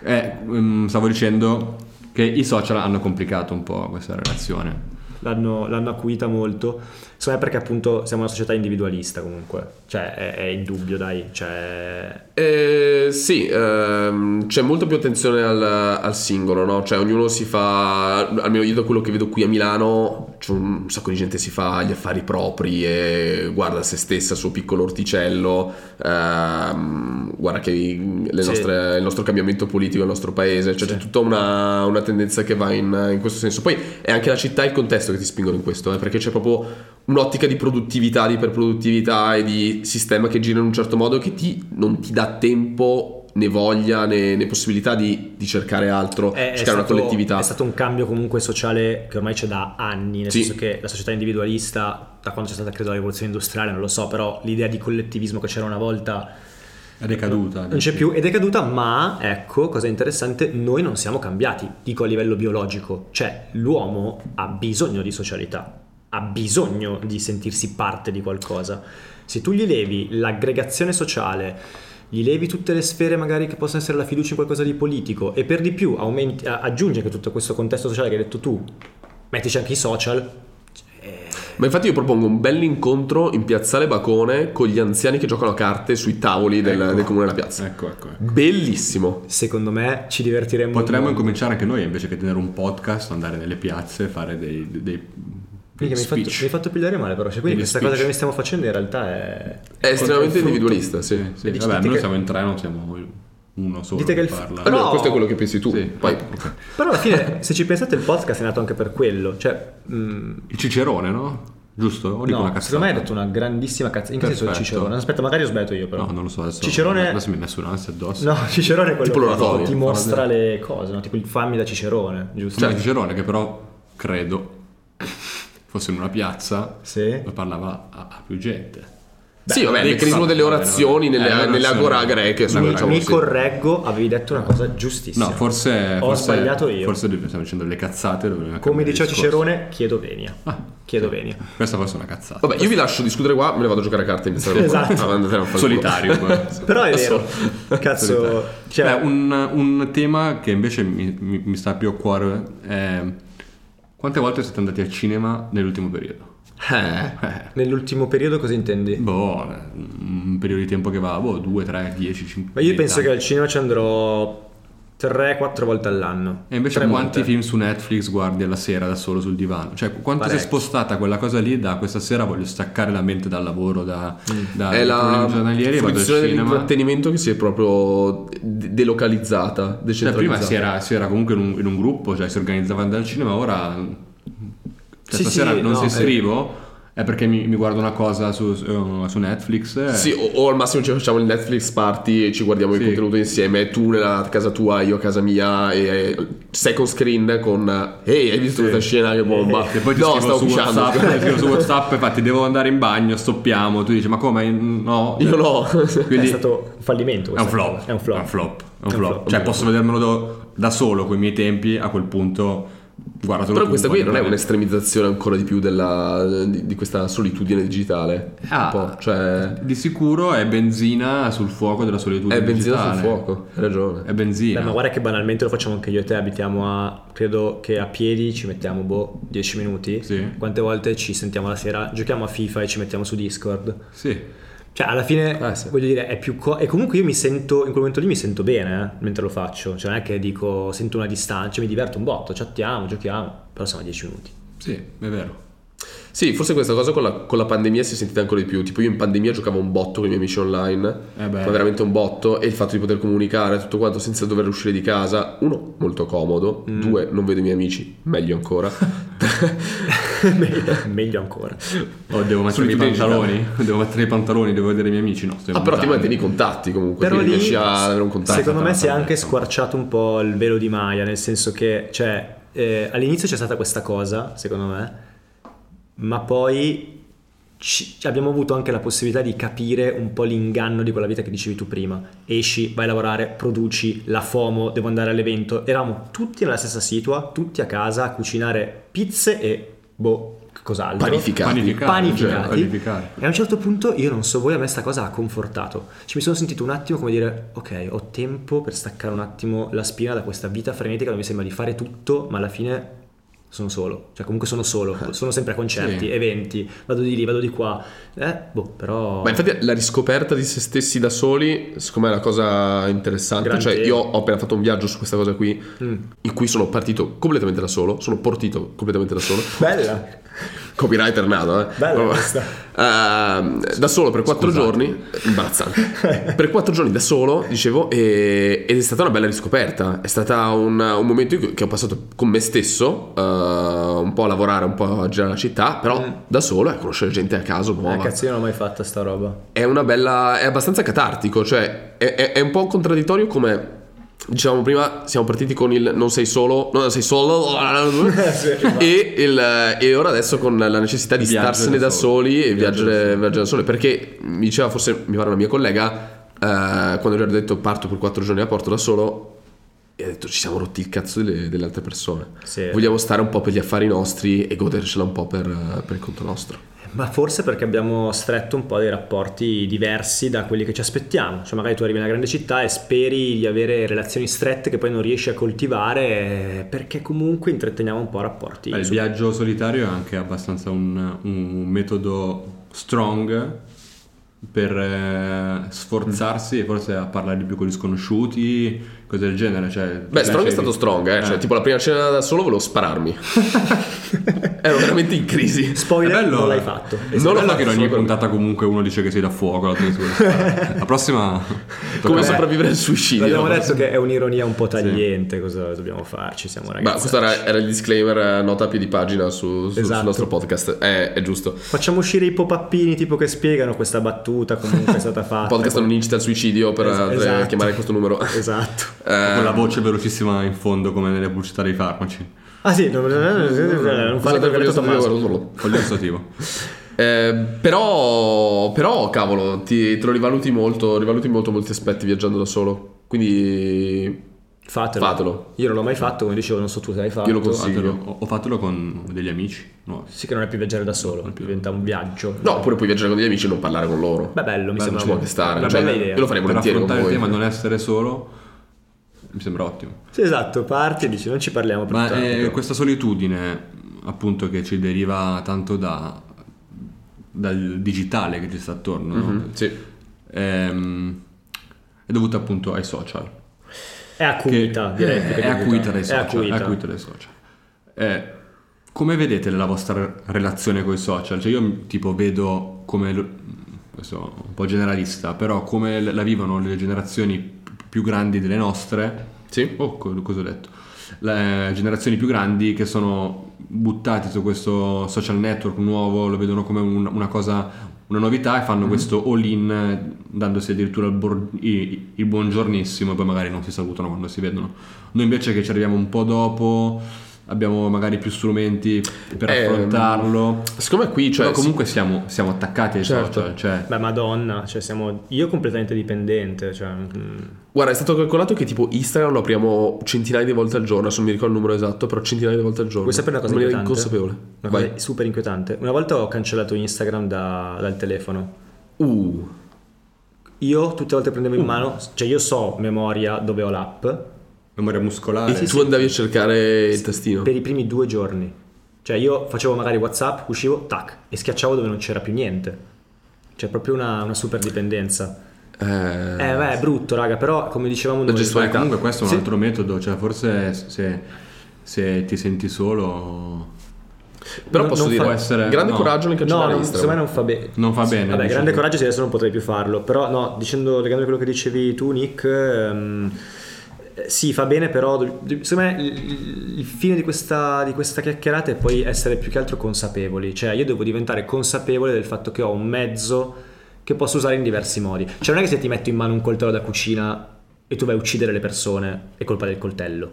Speaker 3: Eh, mm, stavo dicendo che i social hanno complicato un po' questa relazione.
Speaker 1: l'hanno, l'hanno acuita molto. Secondo me perché appunto siamo una società individualista comunque, cioè è, è indubbio dai, cioè
Speaker 2: Eh, sì, ehm, c'è molto più attenzione al, al singolo, no? Cioè ognuno si fa, almeno io da quello che vedo qui a Milano, c'è un sacco di gente che si fa gli affari propri e guarda se stessa, il suo piccolo orticello, ehm, guarda che i- le
Speaker 1: Sì.
Speaker 2: nostre- il nostro cambiamento politico, il nostro paese, cioè
Speaker 1: Sì.
Speaker 2: c'è tutta una, una tendenza che va in, in questo senso. Poi è anche la città e il contesto che ti spingono in questo, eh, perché c'è proprio un'ottica di produttività, di iperproduttività e di sistema che gira in un certo modo che ti- non ti dà tempo né voglia né, né possibilità di, di cercare altro,
Speaker 1: è, è
Speaker 3: Eh,
Speaker 2: cercare una
Speaker 1: stato-
Speaker 2: collettività.
Speaker 1: È stato un cambio comunque sociale che ormai c'è da anni, nel
Speaker 2: Sì.
Speaker 1: senso che la società individualista, da quando c'è stata credo la rivoluzione industriale, non lo so, però l'idea di collettivismo che c'era una volta
Speaker 3: È decaduta.
Speaker 1: non c'è più ed è caduta, ma ecco, cosa interessante, noi non siamo cambiati, dico a livello biologico, cioè l'uomo ha bisogno di socialità, ha bisogno di sentirsi parte di qualcosa. Se tu gli levi l'aggregazione sociale, gli levi tutte le sfere magari che possono essere la fiducia in qualcosa di politico e per di più aumenti, a- aggiungi anche tutto questo contesto sociale che hai detto tu, mettici anche i social,
Speaker 2: Ma infatti io propongo un bell'incontro in Piazzale Bacone con gli anziani che giocano a carte sui tavoli del,
Speaker 3: Ecco.
Speaker 2: del comune della piazza.
Speaker 3: Ecco, ecco, ecco.
Speaker 2: Bellissimo.
Speaker 1: secondo me ci divertiremmo.
Speaker 3: Potremmo
Speaker 1: un mondo.
Speaker 3: incominciare anche noi invece che tenere un podcast, andare nelle piazze, fare dei, dei, dei
Speaker 1: Minchia, mi hai fatto,
Speaker 3: speech.
Speaker 1: mi hai fatto pigliare male però, cioè, quindi
Speaker 3: Degli
Speaker 1: questa cosa
Speaker 3: speech.
Speaker 1: che noi stiamo facendo in realtà è...
Speaker 2: È estremamente
Speaker 3: frutto.
Speaker 2: individualista, sì.
Speaker 3: Sì, sì,
Speaker 1: Dite
Speaker 3: vabbè, noi
Speaker 1: che-
Speaker 3: siamo in tre, non siamo uno solo.
Speaker 1: Dite che il-
Speaker 3: parla.
Speaker 1: Però-
Speaker 2: Almeno questo è quello che pensi tu.
Speaker 3: Sì.
Speaker 2: Poi
Speaker 1: Però alla fine, se ci pensate, il podcast è nato anche per quello. Cioè, mh,
Speaker 3: Il Cicerone, no? Giusto? O dico una
Speaker 1: no,
Speaker 3: cazzata?
Speaker 1: secondo me hai detto una grandissima cazzata. In che senso
Speaker 3: Perfetto.
Speaker 1: Cicerone? Aspetta, magari ho sbagliato io, però.
Speaker 3: No, non lo so, adesso,
Speaker 1: Cicerone-
Speaker 3: adesso mi hai messo un'ansia addosso.
Speaker 1: No, Cicerone è quello
Speaker 2: Tipo
Speaker 1: che
Speaker 2: l'oratorio,
Speaker 1: tipo ti
Speaker 2: fa
Speaker 1: mostra le cose, no? tipo il fammi da Cicerone, giusto?
Speaker 3: Cioè, il Cicerone che però, credo, fosse in una piazza,
Speaker 1: Sì.
Speaker 3: lo parlava a, a più gente.
Speaker 2: sì, vabbè, il
Speaker 3: Beh,
Speaker 2: meccanismo delle
Speaker 3: vabbè,
Speaker 2: orazioni
Speaker 3: vabbè.
Speaker 2: nelle,
Speaker 3: Eh, le
Speaker 2: nelle
Speaker 3: orazioni.
Speaker 2: agora greche. su-
Speaker 3: Mi-
Speaker 1: Mi,
Speaker 2: diciamo
Speaker 1: mi
Speaker 2: così.
Speaker 1: correggo, avevi detto una cosa giustissima.
Speaker 3: No, forse...
Speaker 1: Ho
Speaker 3: forse-
Speaker 1: sbagliato io.
Speaker 3: Forse dove- stiamo dicendo delle cazzate. dove dobbiamo
Speaker 1: Come
Speaker 3: cambiare
Speaker 1: diceva
Speaker 3: discorso.
Speaker 1: Cicerone, chiedo venia.
Speaker 3: Ah,
Speaker 1: chiedo venia.
Speaker 3: Questa forse è una cazzata.
Speaker 2: Vabbè, io vi lascio discutere qua, me ne vado a giocare a carte in piazzale Bacone.
Speaker 1: Esatto.
Speaker 2: Ah, andatene a fare il
Speaker 3: Solitario. poi.
Speaker 1: Però è vero.
Speaker 2: Adesso-
Speaker 1: Cazzo, cioè,
Speaker 3: Beh, un, un tema che invece mi, mi- mi sta più a cuore è... Quante volte siete andati al cinema nell'ultimo periodo?
Speaker 2: culo. Eh.
Speaker 1: nell'ultimo periodo cosa intendi?
Speaker 3: Boh, un periodo di tempo che va, boh, 2, 3, 10, 5.
Speaker 1: Ma io penso che al cinema ci andrò 3-4 volte all'anno.
Speaker 3: E invece
Speaker 1: Tre
Speaker 3: quanti
Speaker 1: volte.
Speaker 3: film su Netflix guardi alla sera da solo sul divano? Cioè, quanto si è
Speaker 1: Parecchi.
Speaker 3: spostata quella cosa lì da questa sera voglio staccare la mente dal lavoro, da, da
Speaker 2: Mm. È
Speaker 3: dai
Speaker 2: la
Speaker 3: problemi giornalieri e vado al
Speaker 2: funzione
Speaker 3: cinema.
Speaker 2: dell'intrattenimento che si è proprio de- delocalizzata,
Speaker 3: Cioè, prima
Speaker 2: decentralizzata.
Speaker 3: si era, si era comunque in un, in un gruppo, cioè si organizzava andare al cinema, ora... Cioè,
Speaker 1: Sì,
Speaker 3: stasera
Speaker 1: sì,
Speaker 3: non
Speaker 1: no,
Speaker 3: si
Speaker 1: eh.
Speaker 3: scrivo, è perché mi, mi guardo una cosa su, su- su Netflix. eh.
Speaker 2: Sì, o, o al massimo ci facciamo il Netflix party e ci guardiamo
Speaker 3: Sì.
Speaker 2: il contenuto insieme, tu nella casa tua, io a casa mia, e e second screen con eh, Ehi, hai visto questa scena che bomba?
Speaker 3: Eh, E poi ti
Speaker 2: oh, no,
Speaker 3: scrivo
Speaker 2: stavo
Speaker 3: su
Speaker 2: pisciando.
Speaker 3: WhatsApp, ti scrivo su WhatsApp, infatti devo andare in bagno, stoppiamo, tu dici ma come? No. cioè,
Speaker 2: Io no.
Speaker 1: È
Speaker 3: Quindi è,
Speaker 1: stato un fallimento.
Speaker 3: un
Speaker 1: questo.
Speaker 3: flop.
Speaker 1: È un flop.
Speaker 3: È un flop. È un
Speaker 1: È un
Speaker 3: flop.
Speaker 1: flop.
Speaker 3: Cioè posso vedermelo do- da solo con i miei tempi, a quel punto guardatelo
Speaker 2: Però
Speaker 3: tu,
Speaker 2: questa qui non è
Speaker 3: guardatelo te.
Speaker 2: un'estremizzazione ancora di più della, di, di questa solitudine digitale.
Speaker 3: Ah.
Speaker 2: Un po', cioè
Speaker 3: Di sicuro è benzina sul fuoco della solitudine
Speaker 2: è benzina
Speaker 3: digitale.
Speaker 2: sul fuoco, hai ragione.
Speaker 3: È benzina.
Speaker 1: Beh, ma guarda che banalmente lo facciamo anche io e te, abitiamo a, credo che a piedi ci mettiamo, boh, 10 minuti.
Speaker 3: Sì.
Speaker 1: Quante volte ci sentiamo la sera, giochiamo a FIFA e ci mettiamo su Discord.
Speaker 3: Sì.
Speaker 1: Cioè, alla fine,
Speaker 3: Ah,
Speaker 2: Eh, sì.
Speaker 1: voglio dire, è più... co- e comunque io mi sento, in quel momento lì mi sento bene, eh, mentre lo faccio. Cioè, non è che dico, sento una distanza, cioè, mi diverto un botto, chattiamo, giochiamo, però siamo a 10 minuti.
Speaker 3: Sì, è vero.
Speaker 2: Sì, forse questa cosa con la, con la pandemia si è sentita ancora di più. Tipo, io in pandemia giocavo un botto con i miei amici online,
Speaker 3: Eh beh.
Speaker 2: ma veramente un botto. E il fatto di poter comunicare tutto quanto senza dover uscire di casa, uno, molto comodo, due, non vedo i miei amici, meglio ancora.
Speaker 1: meglio, meglio ancora.
Speaker 3: Oh, devo mettere i
Speaker 2: Solitudine
Speaker 3: pantaloni? Devo mettere i pantaloni, devo vedere i miei amici. No, sto in
Speaker 2: ah, però ti
Speaker 3: montagna.
Speaker 2: mantieni i contatti comunque,
Speaker 1: Però
Speaker 2: quindi
Speaker 1: lì,
Speaker 2: riesci a avere un contatto.
Speaker 1: secondo me, si è
Speaker 3: tanto,
Speaker 1: anche
Speaker 3: tanto.
Speaker 1: squarciato un po' il velo di Maya, nel senso che, cioè, eh, all'inizio c'è stata questa cosa, secondo me, ma poi ci- abbiamo avuto anche la possibilità di capire un po' l'inganno di quella vita che dicevi tu prima. Esci, vai a lavorare, produci, la FOMO, devo andare all'evento. Eravamo tutti nella stessa situa, tutti a casa a cucinare pizze e boh, cos'altro?
Speaker 2: Panificati.
Speaker 3: Panificati.
Speaker 1: panificati.
Speaker 3: cioè, panificare.
Speaker 1: E a un certo punto, io non so voi, a me sta cosa ha confortato. Cioè, mi sono sentito un attimo come dire, ok, ho tempo per staccare un attimo la spina da questa vita frenetica dove mi sembra di fare tutto, ma alla fine sono solo. Cioè, comunque sono solo. Sono sempre a concerti,
Speaker 3: Sì.
Speaker 1: eventi, vado di lì, vado di qua. Eh, boh, però...
Speaker 2: Ma infatti la riscoperta di se stessi da soli, secondo me è la cosa interessante.
Speaker 1: Grande.
Speaker 2: Cioè, io ho appena fatto un viaggio su questa cosa qui,
Speaker 1: Mm.
Speaker 2: in cui sono partito completamente da solo, sono portito completamente da solo.
Speaker 1: Bella,
Speaker 2: Copywriter nato, eh.
Speaker 1: bella
Speaker 2: Vabbè.
Speaker 1: questa.
Speaker 2: Ehm, da solo per quattro
Speaker 3: Scusate.
Speaker 2: giorni, imbarazzante. per quattro giorni da solo, dicevo, e- ed è stata una bella riscoperta. È stato un, un momento in cui- che ho passato con me stesso, eh, un po' a lavorare, un po' a girare la città, però
Speaker 1: Mm.
Speaker 2: da solo e conoscere gente a caso
Speaker 1: Eh,
Speaker 2: nuova.
Speaker 1: cazzo, io non l'ho mai fatta sta roba.
Speaker 2: È una bella. è abbastanza catartico, cioè è, è- è un po' contraddittorio come. Dicevamo prima, siamo partiti con il non sei solo, no, sei solo, e, il- e ora adesso con la necessità di
Speaker 3: esatto. Viaggio da
Speaker 2: starsene da
Speaker 3: solo.
Speaker 2: soli e
Speaker 3: Viaggio da
Speaker 2: viaggiare,
Speaker 3: solo.
Speaker 2: viaggiare da soli. Perché mi diceva, forse mi pare una mia collega, eh, quando gli ho detto parto per quattro giorni a Porto da solo, e ha detto ci siamo rotti il cazzo delle, delle altre persone.
Speaker 1: Sì.
Speaker 2: Vogliamo stare un po' per gli affari nostri e godercela un po' per, per il conto nostro.
Speaker 1: Ma forse perché abbiamo stretto un po' dei rapporti diversi da quelli che ci aspettiamo. Cioè, magari tu arrivi in una grande città e speri di avere relazioni strette che poi non riesci a coltivare, eh, perché comunque intratteniamo un po' rapporti.
Speaker 2: Eh,
Speaker 3: Beh, il
Speaker 1: su-
Speaker 3: viaggio solitario è anche abbastanza un, un metodo strong per eh, sforzarsi e forse a parlare di più con gli sconosciuti, cose del genere. Cioè,
Speaker 2: Beh, Strong è
Speaker 3: piace-
Speaker 2: stato strong, eh. Cioè, tipo la prima cena da solo volevo spararmi. Ero veramente in crisi.
Speaker 1: Spoiler,
Speaker 3: È bello,
Speaker 1: non l'hai
Speaker 3: eh.
Speaker 1: fatto.
Speaker 3: È
Speaker 2: Non l'ho
Speaker 3: bello
Speaker 2: fatto
Speaker 3: che in ogni
Speaker 2: solo per-
Speaker 3: puntata comunque uno dice che sei da fuoco, l'altro dice che sei da fuoco. La prossima...
Speaker 2: Eh.
Speaker 3: tocca a
Speaker 2: Come
Speaker 3: me.
Speaker 2: sopravvivere al suicidio.
Speaker 1: Abbiamo detto che è un'ironia un po' tagliente, cosa dobbiamo farci? Siamo
Speaker 2: Ma
Speaker 1: ragazzi.
Speaker 2: questo era, era il disclaimer, eh, nota a piedi pagina su- su-
Speaker 1: Esatto.
Speaker 2: sul nostro podcast. È, è giusto. Il
Speaker 1: Facciamo uscire i pop-appini tipo che spiegano questa battuta comunque è stata fatta.
Speaker 2: podcast non incita al suicidio per
Speaker 1: Es-
Speaker 2: eh,
Speaker 1: esatto.
Speaker 2: chiamare questo numero.
Speaker 1: Esatto.
Speaker 2: Eh,
Speaker 3: Con la voce velocissima in fondo come nelle pubblicità dei farmaci.
Speaker 1: Ah sì, non, non fare
Speaker 2: scusate,
Speaker 1: quello che ha detto
Speaker 2: voglio-
Speaker 1: Tommaso.
Speaker 2: voglio-
Speaker 3: Foglio associativo.
Speaker 2: Eh, però, però, cavolo, ti, te lo rivaluti molto, rivaluti molto molti aspetti viaggiando da solo. Quindi
Speaker 1: Fatelo.
Speaker 2: Fatelo.
Speaker 1: Io non l'ho mai fatto, come dicevo, non so tu se l'hai fatto.
Speaker 2: Io lo consiglio.
Speaker 3: Fatelo- Ho, ho fatelo con degli amici nuovi.
Speaker 1: Sì che non è più viaggiare da solo, diventa un viaggio.
Speaker 2: No, oppure puoi viaggiare con degli amici e non parlare con loro.
Speaker 1: Beh, bello, mi
Speaker 2: Beh, non
Speaker 1: sembra
Speaker 2: ci può
Speaker 1: una-
Speaker 2: che stare.
Speaker 1: una
Speaker 2: Cioè,
Speaker 1: bella idea.
Speaker 2: Io lo farei
Speaker 3: Per
Speaker 2: volentieri con
Speaker 3: affrontare il
Speaker 2: voi. eh.
Speaker 3: tema non essere solo mi sembra ottimo.
Speaker 1: Sì, esatto, parti e dici non ci parliamo per
Speaker 3: Ma
Speaker 1: tanto.
Speaker 3: eh,
Speaker 1: però.
Speaker 3: questa solitudine, appunto, che ci deriva tanto da- dal digitale che ci sta attorno, no?
Speaker 2: Mhm, Sì.
Speaker 3: Ehm, è dovuta appunto ai social.
Speaker 1: è
Speaker 2: eh,
Speaker 1: acuita, direi.
Speaker 3: è,
Speaker 1: più che
Speaker 3: è acuita dai
Speaker 1: è
Speaker 2: cioè,
Speaker 3: social.
Speaker 1: acuita.
Speaker 3: è acuita dai social. Eh, come vedete la vostra relazione con i social? Cioè io tipo vedo come, lo- questo è un po' generalista, però come l- la vivono le generazioni p- più grandi delle nostre,
Speaker 2: Sì.
Speaker 3: oh, co- cosa ho detto? Le generazioni più grandi che sono buttati su questo social network nuovo, lo vedono come un- una cosa, una novità e fanno questo all-in eh, dandosi addirittura il, bor- i- il buongiornissimo e poi magari non si salutano quando si vedono. Noi invece che ci arriviamo un po' dopo, abbiamo magari più strumenti per
Speaker 2: Eh,
Speaker 3: affrontarlo,
Speaker 2: Secondo me qui, cioè,
Speaker 3: però comunque siamo, siamo attaccati ai
Speaker 2: Certo.
Speaker 3: social, cioè
Speaker 1: Beh, madonna, cioè siamo io completamente dipendente, cioè mm,
Speaker 2: guarda, è stato calcolato che tipo Instagram lo apriamo centinaia di volte al giorno, adesso non mi ricordo il numero esatto, però centinaia di volte al giorno.
Speaker 1: Vuoi sapere una cosa
Speaker 2: In maniera
Speaker 1: inquietante?
Speaker 2: inconsapevole.
Speaker 1: una
Speaker 2: Vai.
Speaker 1: cosa super inquietante. Una volta ho cancellato Instagram da- dal telefono.
Speaker 2: Uh.
Speaker 1: Io tutte le volte che prendevo in mano, cioè io so memoria dove ho l'app
Speaker 3: memoria
Speaker 1: Ah,
Speaker 3: muscolare.
Speaker 2: E tu andavi a cercare il Eh, tastino.
Speaker 1: per i primi due giorni. Cioè io facevo magari WhatsApp, uscivo, tac, e schiacciavo dove non c'era più niente. Cioè proprio una, una super dipendenza.
Speaker 2: Eh,
Speaker 1: Eh, beh, è brutto, raga, però come dicevamo noi...
Speaker 2: gestualità.
Speaker 3: Beh, Cioè, comunque questo è un
Speaker 1: Sì.
Speaker 3: altro metodo, cioè forse se, se ti senti solo
Speaker 2: Però
Speaker 1: non-
Speaker 2: posso
Speaker 1: non
Speaker 2: dire,
Speaker 3: fa- essere-
Speaker 2: grande
Speaker 3: no.
Speaker 2: coraggio nel
Speaker 1: No,
Speaker 2: cancellare
Speaker 1: non, secondo me
Speaker 2: Instagram.
Speaker 1: non fa bene.
Speaker 3: non fa bene.
Speaker 1: Vabbè,
Speaker 3: dici
Speaker 1: grande
Speaker 3: tu.
Speaker 1: coraggio se adesso non potrei più farlo, però no, dicendo, legando quello che dicevi tu Nick, ehm, eh, sì, fa bene, però do- do- secondo me il, il fine di questa, di questa chiacchierata è poi essere più che altro consapevoli, cioè io devo diventare consapevole del fatto che ho un mezzo che posso usare in diversi modi, cioè non è che se ti metto in mano un coltello da cucina e tu vai a uccidere le persone è colpa del coltello,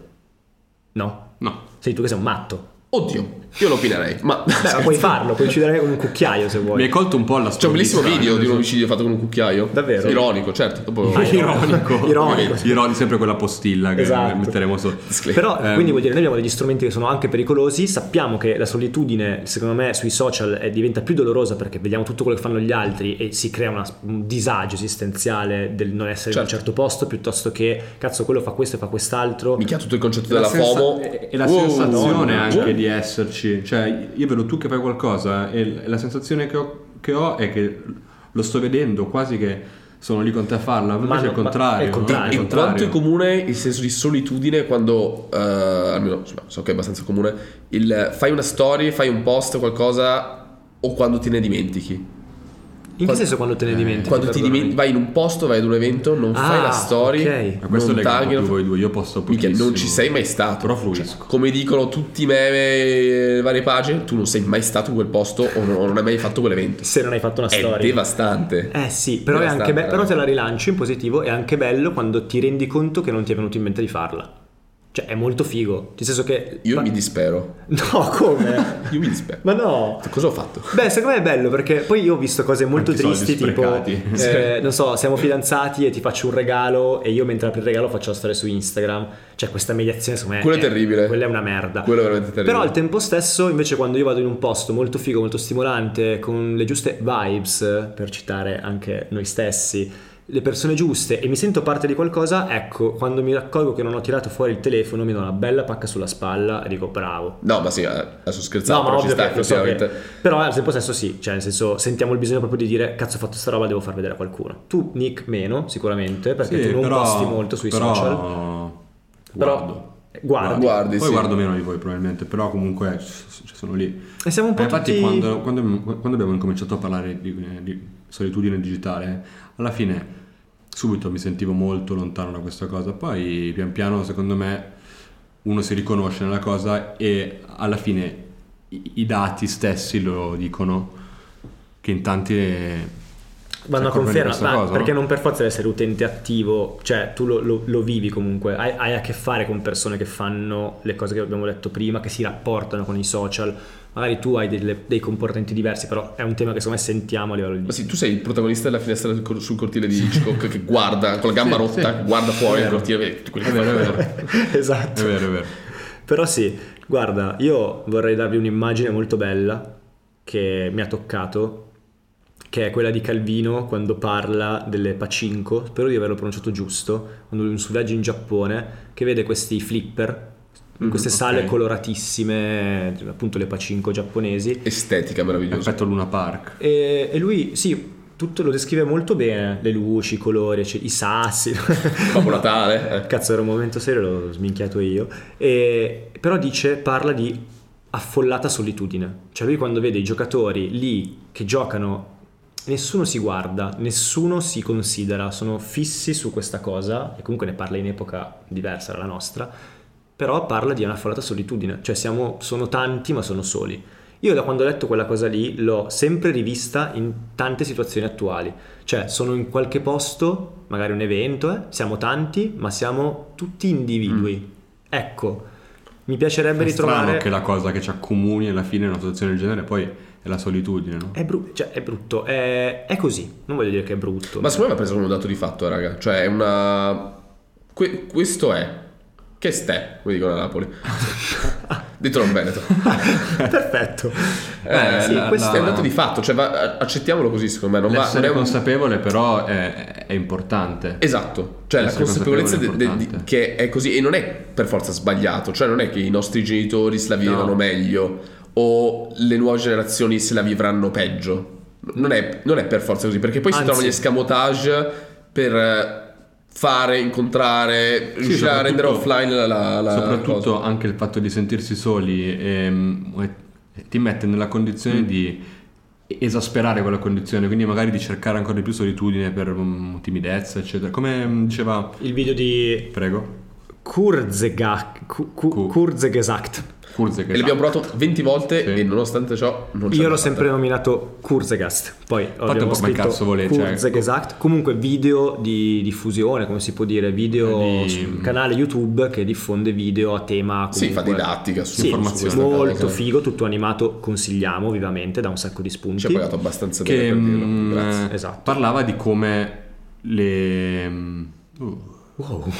Speaker 1: no?
Speaker 3: No,
Speaker 1: Sei tu che sei un matto.
Speaker 2: Oddio, io lo opinerei, ma...
Speaker 1: Beh, ma puoi farlo, puoi uccidere con un cucchiaio se
Speaker 3: Mi hai
Speaker 1: vuoi.
Speaker 3: colto un po' la
Speaker 2: C'è un
Speaker 3: storia.
Speaker 2: bellissimo video di un omicidio fatto con un cucchiaio.
Speaker 1: Davvero?
Speaker 2: Ironico, certo. Dopo...
Speaker 1: Ah,
Speaker 3: Ironico.
Speaker 1: Ironico, sì.
Speaker 3: Ironico, sempre quella postilla che
Speaker 1: Esatto.
Speaker 3: metteremo sotto.
Speaker 2: Disclaimer.
Speaker 1: Però,
Speaker 3: Ehm.
Speaker 1: quindi vuol dire, noi abbiamo degli strumenti che sono anche pericolosi, sappiamo che la solitudine, secondo me, sui social eh, diventa più dolorosa perché vediamo tutto quello che fanno gli altri e si crea una- un disagio esistenziale del non essere in un
Speaker 2: Certo.
Speaker 1: certo posto piuttosto che, cazzo, quello fa questo e fa quest'altro.
Speaker 2: Minchia, tutto il concetto
Speaker 3: E la
Speaker 2: della
Speaker 3: sensa-
Speaker 2: FOMO.
Speaker 3: e e la
Speaker 2: Wow.
Speaker 3: sensazione
Speaker 2: Madonna,
Speaker 3: anche
Speaker 2: cioè,
Speaker 3: di esserci cioè io vedo tu che fai qualcosa e l- la sensazione che ho, che ho è che lo sto vedendo quasi che sono lì con te a farla invece
Speaker 1: Ma
Speaker 3: è
Speaker 1: no,
Speaker 3: il contrario
Speaker 1: ma è il
Speaker 3: no?
Speaker 1: contrario.
Speaker 2: E quanto è comune il senso di solitudine quando, eh, almeno insomma, so che è abbastanza comune, il fai una story, fai un post, qualcosa o quando te ne dimentichi?
Speaker 1: In che senso quando te ne dimentichi?
Speaker 2: Eh, Quando ti
Speaker 1: perdonami?
Speaker 2: dimenti- vai in un posto, vai ad un evento, non
Speaker 1: Ah,
Speaker 2: fai la story,
Speaker 1: ok.
Speaker 3: ma questo
Speaker 2: non
Speaker 3: lega un po'
Speaker 2: tagli,
Speaker 3: più
Speaker 2: non
Speaker 3: voi due io posso
Speaker 2: Minchia,
Speaker 3: pochissimo
Speaker 2: non ci sei mai stato. Cioè,
Speaker 3: Però fluisco.
Speaker 2: come dicono tutti i meme, le varie pagine, tu non sei mai stato in quel posto o non, o non hai mai fatto quell'evento.
Speaker 1: Se non hai fatto una
Speaker 2: È
Speaker 1: storia.
Speaker 2: devastante.
Speaker 1: Eh sì, però, è
Speaker 2: Devastante,
Speaker 1: anche be- però
Speaker 2: veramente.
Speaker 1: te la rilancio in positivo, è anche bello quando ti rendi conto che non ti è venuto in mente di farla. Cioè, è molto figo. Nel senso che...
Speaker 2: Io
Speaker 1: fa-
Speaker 2: mi dispero.
Speaker 1: No, come?
Speaker 2: Io mi dispero.
Speaker 1: Ma no!
Speaker 2: Cosa ho fatto?
Speaker 1: Beh, secondo me è bello perché poi io ho visto cose molto
Speaker 3: Quanti soldi
Speaker 1: tristi, tipo,
Speaker 3: sprecati.
Speaker 1: eh, non so, siamo fidanzati e ti faccio un regalo e io mentre apri il regalo faccio la storia su Instagram. Cioè, questa mediazione secondo me...
Speaker 2: Quello è terribile.
Speaker 1: Quella è una merda.
Speaker 2: Quello è veramente terribile.
Speaker 1: Però al tempo stesso, invece, quando io vado in un posto molto figo, molto stimolante, con le giuste vibes, per citare anche noi stessi, le persone giuste e mi sento parte di qualcosa, ecco, quando mi raccolgo che non ho tirato fuori il telefono, mi do una bella pacca sulla spalla e dico bravo.
Speaker 2: No, ma sì, eh, adesso scherzavo,
Speaker 3: Esatto,
Speaker 1: No, ma ovvio
Speaker 2: però ci sta
Speaker 1: che, lo so che-
Speaker 2: effettivamente.
Speaker 1: Però al tempo stesso sì, cioè nel senso sentiamo il bisogno proprio di dire cazzo ho fatto sta roba, devo far vedere a qualcuno. Tu Nick meno sicuramente perché
Speaker 3: Sì,
Speaker 1: tu non
Speaker 3: però-
Speaker 1: posti molto sui
Speaker 3: però-
Speaker 1: social.
Speaker 3: guardo.
Speaker 1: Guardi.
Speaker 2: Guardi,
Speaker 3: poi
Speaker 2: sì.
Speaker 3: guardo meno di voi probabilmente però comunque c- c- sono lì
Speaker 1: E siamo un po'
Speaker 3: Ma Eh, infatti
Speaker 1: tutti-
Speaker 3: quando, quando- quando abbiamo incominciato a parlare di, di solitudine digitale, alla fine subito mi sentivo molto lontano da questa cosa, poi pian piano secondo me uno si riconosce nella cosa e alla fine i, i dati stessi lo dicono che in tanti...
Speaker 1: Vanno a
Speaker 3: si accorgono di
Speaker 1: conferma,
Speaker 3: questa
Speaker 1: ma
Speaker 3: cosa,
Speaker 1: perché
Speaker 3: no?
Speaker 1: non per forza deve essere utente attivo, cioè tu lo, lo- lo vivi comunque, hai, hai a che fare con persone che fanno le cose che abbiamo detto prima, che si rapportano con i social, magari tu hai delle- dei comportamenti diversi, però è un tema che secondo me sentiamo a livello di...
Speaker 2: Ma sì, tu sei il protagonista della finestra del cor- sul cortile di Hitchcock che guarda con la gamba
Speaker 3: Sì,
Speaker 2: rotta,
Speaker 3: sì.
Speaker 2: che guarda fuori
Speaker 3: È
Speaker 2: il
Speaker 3: vero.
Speaker 2: cortile. vede tutti quelli
Speaker 3: È
Speaker 2: che
Speaker 3: vero, è
Speaker 2: fanno-
Speaker 3: vero,
Speaker 1: esatto.
Speaker 3: è vero, è vero.
Speaker 1: Però sì, guarda, io vorrei darvi un'immagine molto bella che mi ha toccato, che è quella di Calvino quando parla delle Pacinco, spero di averlo pronunciato giusto, quando un suo viaggio in Giappone, che vede questi flipper, in queste
Speaker 3: Mm,
Speaker 1: sale
Speaker 3: ok.
Speaker 1: coloratissime, appunto le Pacinco giapponesi,
Speaker 2: Estetica meravigliosa.
Speaker 3: Effetto Luna Park.
Speaker 1: e, e lui, sì, tutto lo descrive molto bene, le luci, i colori, ecc- i sassi.
Speaker 2: Babbo Natale. eh.
Speaker 1: Cazzo, era un momento serio, l'ho sminchiato io. E- però dice, parla di affollata solitudine. Cioè lui quando vede i giocatori lì che giocano, nessuno si guarda, nessuno si considera, sono fissi su questa cosa, e comunque ne parla in epoca diversa dalla nostra, però parla di un'affollata solitudine. Cioè siamo, sono tanti ma sono soli. Io da quando ho letto quella cosa lì l'ho sempre rivista in tante situazioni attuali. Cioè, sono in qualche posto, magari un evento, eh, siamo tanti, ma siamo tutti individui. Ecco, mi piacerebbe
Speaker 3: Mm. È strano
Speaker 1: ritrovare...
Speaker 3: che la cosa che ci accomuni alla fine in una situazione del genere poi è la solitudine, no?
Speaker 2: Eh,
Speaker 1: È, bru- cioè, è brutto, è... è così, non voglio dire che è brutto.
Speaker 2: Ma secondo me va preso come un dato di fatto, eh, raga. Cioè, è una. que- questo è. Che stè, come dicono a Napoli. Ditelo in Veneto.
Speaker 1: Perfetto.
Speaker 2: Eh,
Speaker 1: sì,
Speaker 3: la-
Speaker 1: questo
Speaker 2: È un
Speaker 3: la-
Speaker 2: dato di fatto, cioè, va- accettiamolo così, secondo me. Non va, non
Speaker 3: L'essere
Speaker 2: è un
Speaker 3: consapevole però è, è importante.
Speaker 2: Esatto, cioè la
Speaker 3: Essere
Speaker 2: consapevolezza
Speaker 3: consapevole è
Speaker 2: de- de- di-
Speaker 3: importante.
Speaker 2: che è così e non è per forza sbagliato, cioè non è che i nostri genitori se la vivevano
Speaker 1: No.
Speaker 2: meglio o le nuove generazioni se la vivranno peggio, non è, non è per forza così, perché poi si
Speaker 1: Anzi.
Speaker 2: trovano gli escamotage per eh, fare, incontrare,
Speaker 3: Sì,
Speaker 2: riuscire a rendere
Speaker 3: soprattutto-
Speaker 2: offline la, la, la
Speaker 3: Soprattutto
Speaker 2: cosa.
Speaker 3: anche il fatto di sentirsi soli ehm, eh, ti mette nella
Speaker 2: Mm.
Speaker 3: condizione di esasperare quella condizione, quindi magari di cercare ancora di più solitudine per mm, timidezza, eccetera. Come mm, diceva,
Speaker 1: Il video di
Speaker 3: prego,
Speaker 1: Kurzegak, Ku- Ku-
Speaker 3: Ku-
Speaker 1: Kurzegesagt.
Speaker 3: Kurzeg,
Speaker 2: E l'abbiamo
Speaker 3: esatto.
Speaker 2: provato 20 volte
Speaker 3: Sì.
Speaker 2: e nonostante ciò non ce
Speaker 1: Io
Speaker 2: l'abbiamo
Speaker 1: l'ho
Speaker 2: fatta.
Speaker 1: sempre nominato Kurzegast, poi
Speaker 3: un
Speaker 1: abbiamo
Speaker 3: po' come
Speaker 1: scritto
Speaker 3: cazzo volete, cioè.
Speaker 1: Kurzegesagt. Comunque video di diffusione, come si può dire, video
Speaker 3: Di-
Speaker 1: sul canale YouTube che diffonde video a tema comunque...
Speaker 2: Sì, fa didattica su
Speaker 1: Sì,
Speaker 3: informazione,
Speaker 2: su questa
Speaker 1: molto
Speaker 2: cosa.
Speaker 1: figo, tutto animato, consigliamo vivamente, da un sacco di spunti.
Speaker 2: Ci ha pagato abbastanza
Speaker 3: che
Speaker 2: bene per dirlo.
Speaker 3: mm,
Speaker 2: Grazie.
Speaker 3: eh,
Speaker 1: Esatto.
Speaker 3: parlava di come le mm, uh,
Speaker 1: Wow,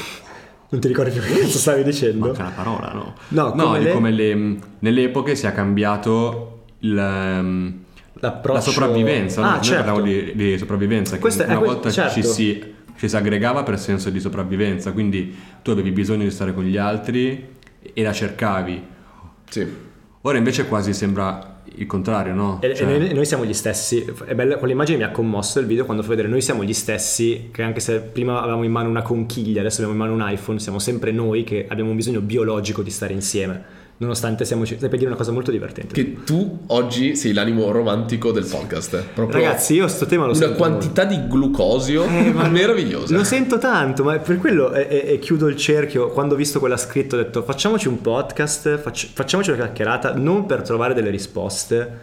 Speaker 1: non ti ricordi più che cazzo stavi dicendo?
Speaker 3: manca la parola, no?
Speaker 1: No, come
Speaker 3: di
Speaker 1: le-
Speaker 3: come le, mm, nelle epoche si è cambiato il, mm,
Speaker 1: L'approccio...
Speaker 3: la sopravvivenza, no?
Speaker 1: Ah,
Speaker 3: Noi
Speaker 1: certo.
Speaker 3: parlavamo di, di sopravvivenza, che
Speaker 1: Questo è-
Speaker 3: una
Speaker 1: que-
Speaker 3: volta
Speaker 1: certo.
Speaker 3: ci si ci si aggregava per senso di sopravvivenza, quindi tu avevi bisogno di stare con gli altri e la cercavi.
Speaker 2: Sì.
Speaker 3: Ora invece quasi sembra il contrario, no?
Speaker 1: E, e
Speaker 3: Cioè-
Speaker 1: noi, noi siamo gli stessi, è bella, quell'immagine mi ha commosso il video quando fa vedere noi siamo gli stessi che anche se prima avevamo in mano una conchiglia, adesso abbiamo in mano un iPhone, siamo sempre noi che abbiamo un bisogno biologico di stare insieme, nonostante siamo... Stai per dire una cosa molto divertente.
Speaker 2: Che tu oggi sei l'animo romantico del podcast. eh. Proprio
Speaker 1: Ragazzi, io sto tema lo
Speaker 2: una
Speaker 1: sento
Speaker 2: quantità di glucosio
Speaker 1: Eh, ma-
Speaker 2: meravigliosa.
Speaker 1: Lo sento tanto, ma per quello e, e- e chiudo il cerchio. Quando ho visto quella scritta ho detto facciamoci un podcast, facci- facciamoci una chiacchierata, non per trovare delle risposte,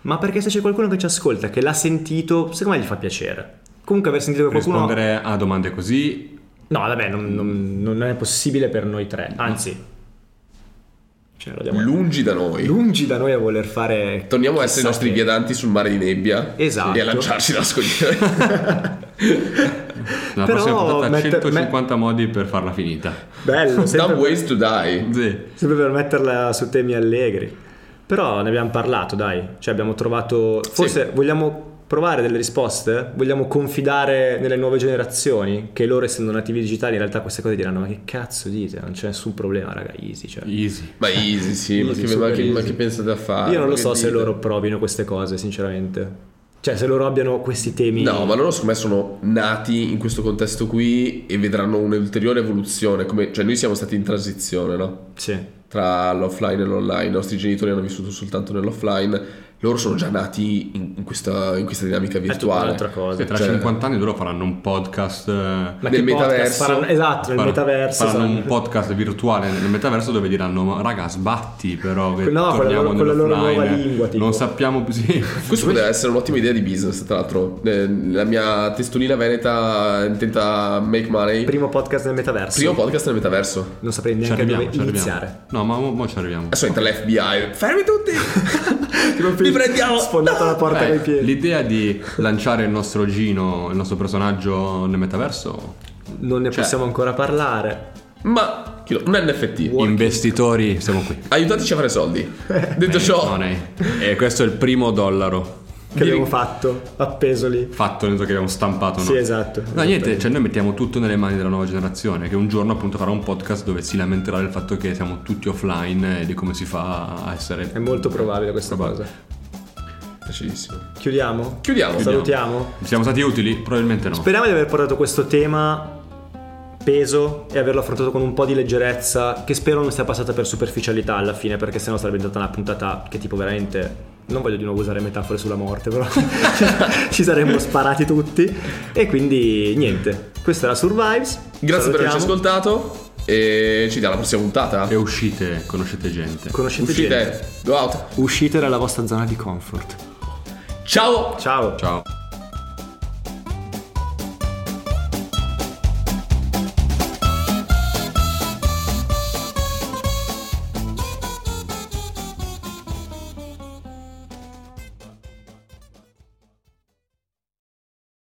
Speaker 1: ma perché se c'è qualcuno che ci ascolta, che l'ha sentito, secondo me gli fa piacere. Comunque aver sentito che qualcuno...
Speaker 3: rispondere a domande così
Speaker 1: No, vabbè, non, non- non è possibile per noi tre. Anzi, cioè, lo diamo-
Speaker 2: Lungi da noi.
Speaker 1: lungi da noi a voler fare...
Speaker 2: Torniamo a essere i
Speaker 1: chissà
Speaker 2: nostri
Speaker 1: che-
Speaker 2: viedanti sul mare di nebbia.
Speaker 1: Esatto.
Speaker 2: E a lanciarci la scogliera.
Speaker 3: la
Speaker 1: Però
Speaker 3: prossima puntata
Speaker 1: mette-
Speaker 3: 150 modi per farla finita
Speaker 1: Bello,
Speaker 2: Dumb
Speaker 1: sempre
Speaker 2: ways to die.
Speaker 3: sì.
Speaker 1: Sempre per metterla su temi allegri. Però ne abbiamo parlato, dai. Cioè abbiamo trovato... Forse vogliamo provare delle risposte? Vogliamo confidare nelle nuove generazioni? Che loro essendo nativi digitali in realtà queste cose diranno ma che cazzo dite? Non c'è nessun problema, raga, easy. Cioè.
Speaker 3: easy
Speaker 2: Ma easy, sì. ma,
Speaker 1: Easy,
Speaker 2: che, ma,
Speaker 1: super
Speaker 2: che, ma
Speaker 1: easy.
Speaker 2: che pensate a fare?
Speaker 1: Io non
Speaker 2: Ma
Speaker 1: lo
Speaker 2: che
Speaker 1: so se
Speaker 2: dite?
Speaker 1: loro provino queste cose, sinceramente. Cioè se loro abbiano questi temi...
Speaker 2: No, ma loro secondo me sono nati in questo contesto qui e vedranno un'ulteriore evoluzione. Come, cioè, noi siamo stati in transizione, no?
Speaker 1: Sì.
Speaker 2: tra l'offline e l'online. I nostri genitori hanno vissuto soltanto nell'offline, loro sono già nati in, in questa, in questa dinamica
Speaker 1: È tutta
Speaker 2: virtuale.
Speaker 1: un'altra cosa.
Speaker 3: Sì, tra
Speaker 2: Cioè-
Speaker 3: 50 anni loro faranno un podcast eh, faranno,
Speaker 1: Ma
Speaker 2: Nel
Speaker 1: che podcast
Speaker 2: metaverso-
Speaker 1: faranno- Esatto, nel metaverso. esatto.
Speaker 3: faranno un
Speaker 1: saranno-
Speaker 3: podcast virtuale nel metaverso dove diranno "Ma raga sbatti però
Speaker 1: No,
Speaker 3: che
Speaker 1: con la
Speaker 3: torniamo
Speaker 1: loro- con la loro
Speaker 3: nell'offline".
Speaker 1: nuova lingua, tipo.
Speaker 3: non sappiamo più sì.
Speaker 2: Questo potrebbe essere un'ottima idea di business, tra l'altro. Eh, La mia testolina veneta intenta make money. Primo,
Speaker 1: Primo podcast nel metaverso.
Speaker 2: podcast nel metaverso.
Speaker 1: Non saprei
Speaker 3: ci
Speaker 1: neanche
Speaker 3: arriviamo
Speaker 1: dove
Speaker 3: ci arriviamo.
Speaker 1: iniziare.
Speaker 3: no ma mo, mo ci arriviamo
Speaker 2: Adesso entra l'FBI. Fermi tutti! Vi
Speaker 1: Film
Speaker 2: prendiamo!
Speaker 1: Sfondato la porta
Speaker 3: Eh,
Speaker 1: coi piedi.
Speaker 3: l'idea di lanciare il nostro Gino il nostro personaggio nel metaverso
Speaker 1: Non ne
Speaker 3: Cioè-
Speaker 1: possiamo ancora parlare.
Speaker 2: Ma chi lo- un NFT.
Speaker 3: investitori siamo qui Eh,
Speaker 2: Aiutateci a fare soldi. Detto ciò,
Speaker 3: e Eh, questo è il primo dollaro
Speaker 1: Che abbiamo fatto? Appeso lì.
Speaker 3: fatto, nel senso che abbiamo stampato. No?
Speaker 1: Sì, esatto.
Speaker 3: No, niente, cioè noi mettiamo tutto nelle mani della nuova generazione che un giorno appunto farà un podcast dove si lamenterà del fatto che siamo tutti offline e di come si fa a essere...
Speaker 1: È molto probabile questa
Speaker 3: Probabile.
Speaker 1: cosa.
Speaker 2: facilissimo.
Speaker 1: Chiudiamo?
Speaker 2: Chiudiamo.
Speaker 1: Salutiamo.
Speaker 3: Siamo stati utili? Probabilmente no.
Speaker 1: Speriamo di aver portato questo tema peso e averlo affrontato con un po' di leggerezza che spero non sia passata per superficialità alla fine perché sennò sarebbe diventata una puntata che tipo veramente non voglio di nuovo usare metafore sulla morte però ci saremmo sparati tutti e quindi niente questa era Survives
Speaker 2: Grazie per averci
Speaker 1: Salutiamo.
Speaker 2: ascoltato. E ci vediamo alla prossima puntata.
Speaker 3: E uscite, conoscete gente.
Speaker 1: conoscete gente
Speaker 2: Uscite, go out.
Speaker 1: uscite dalla vostra zona di comfort
Speaker 2: Ciao!
Speaker 1: ciao
Speaker 3: Ciao.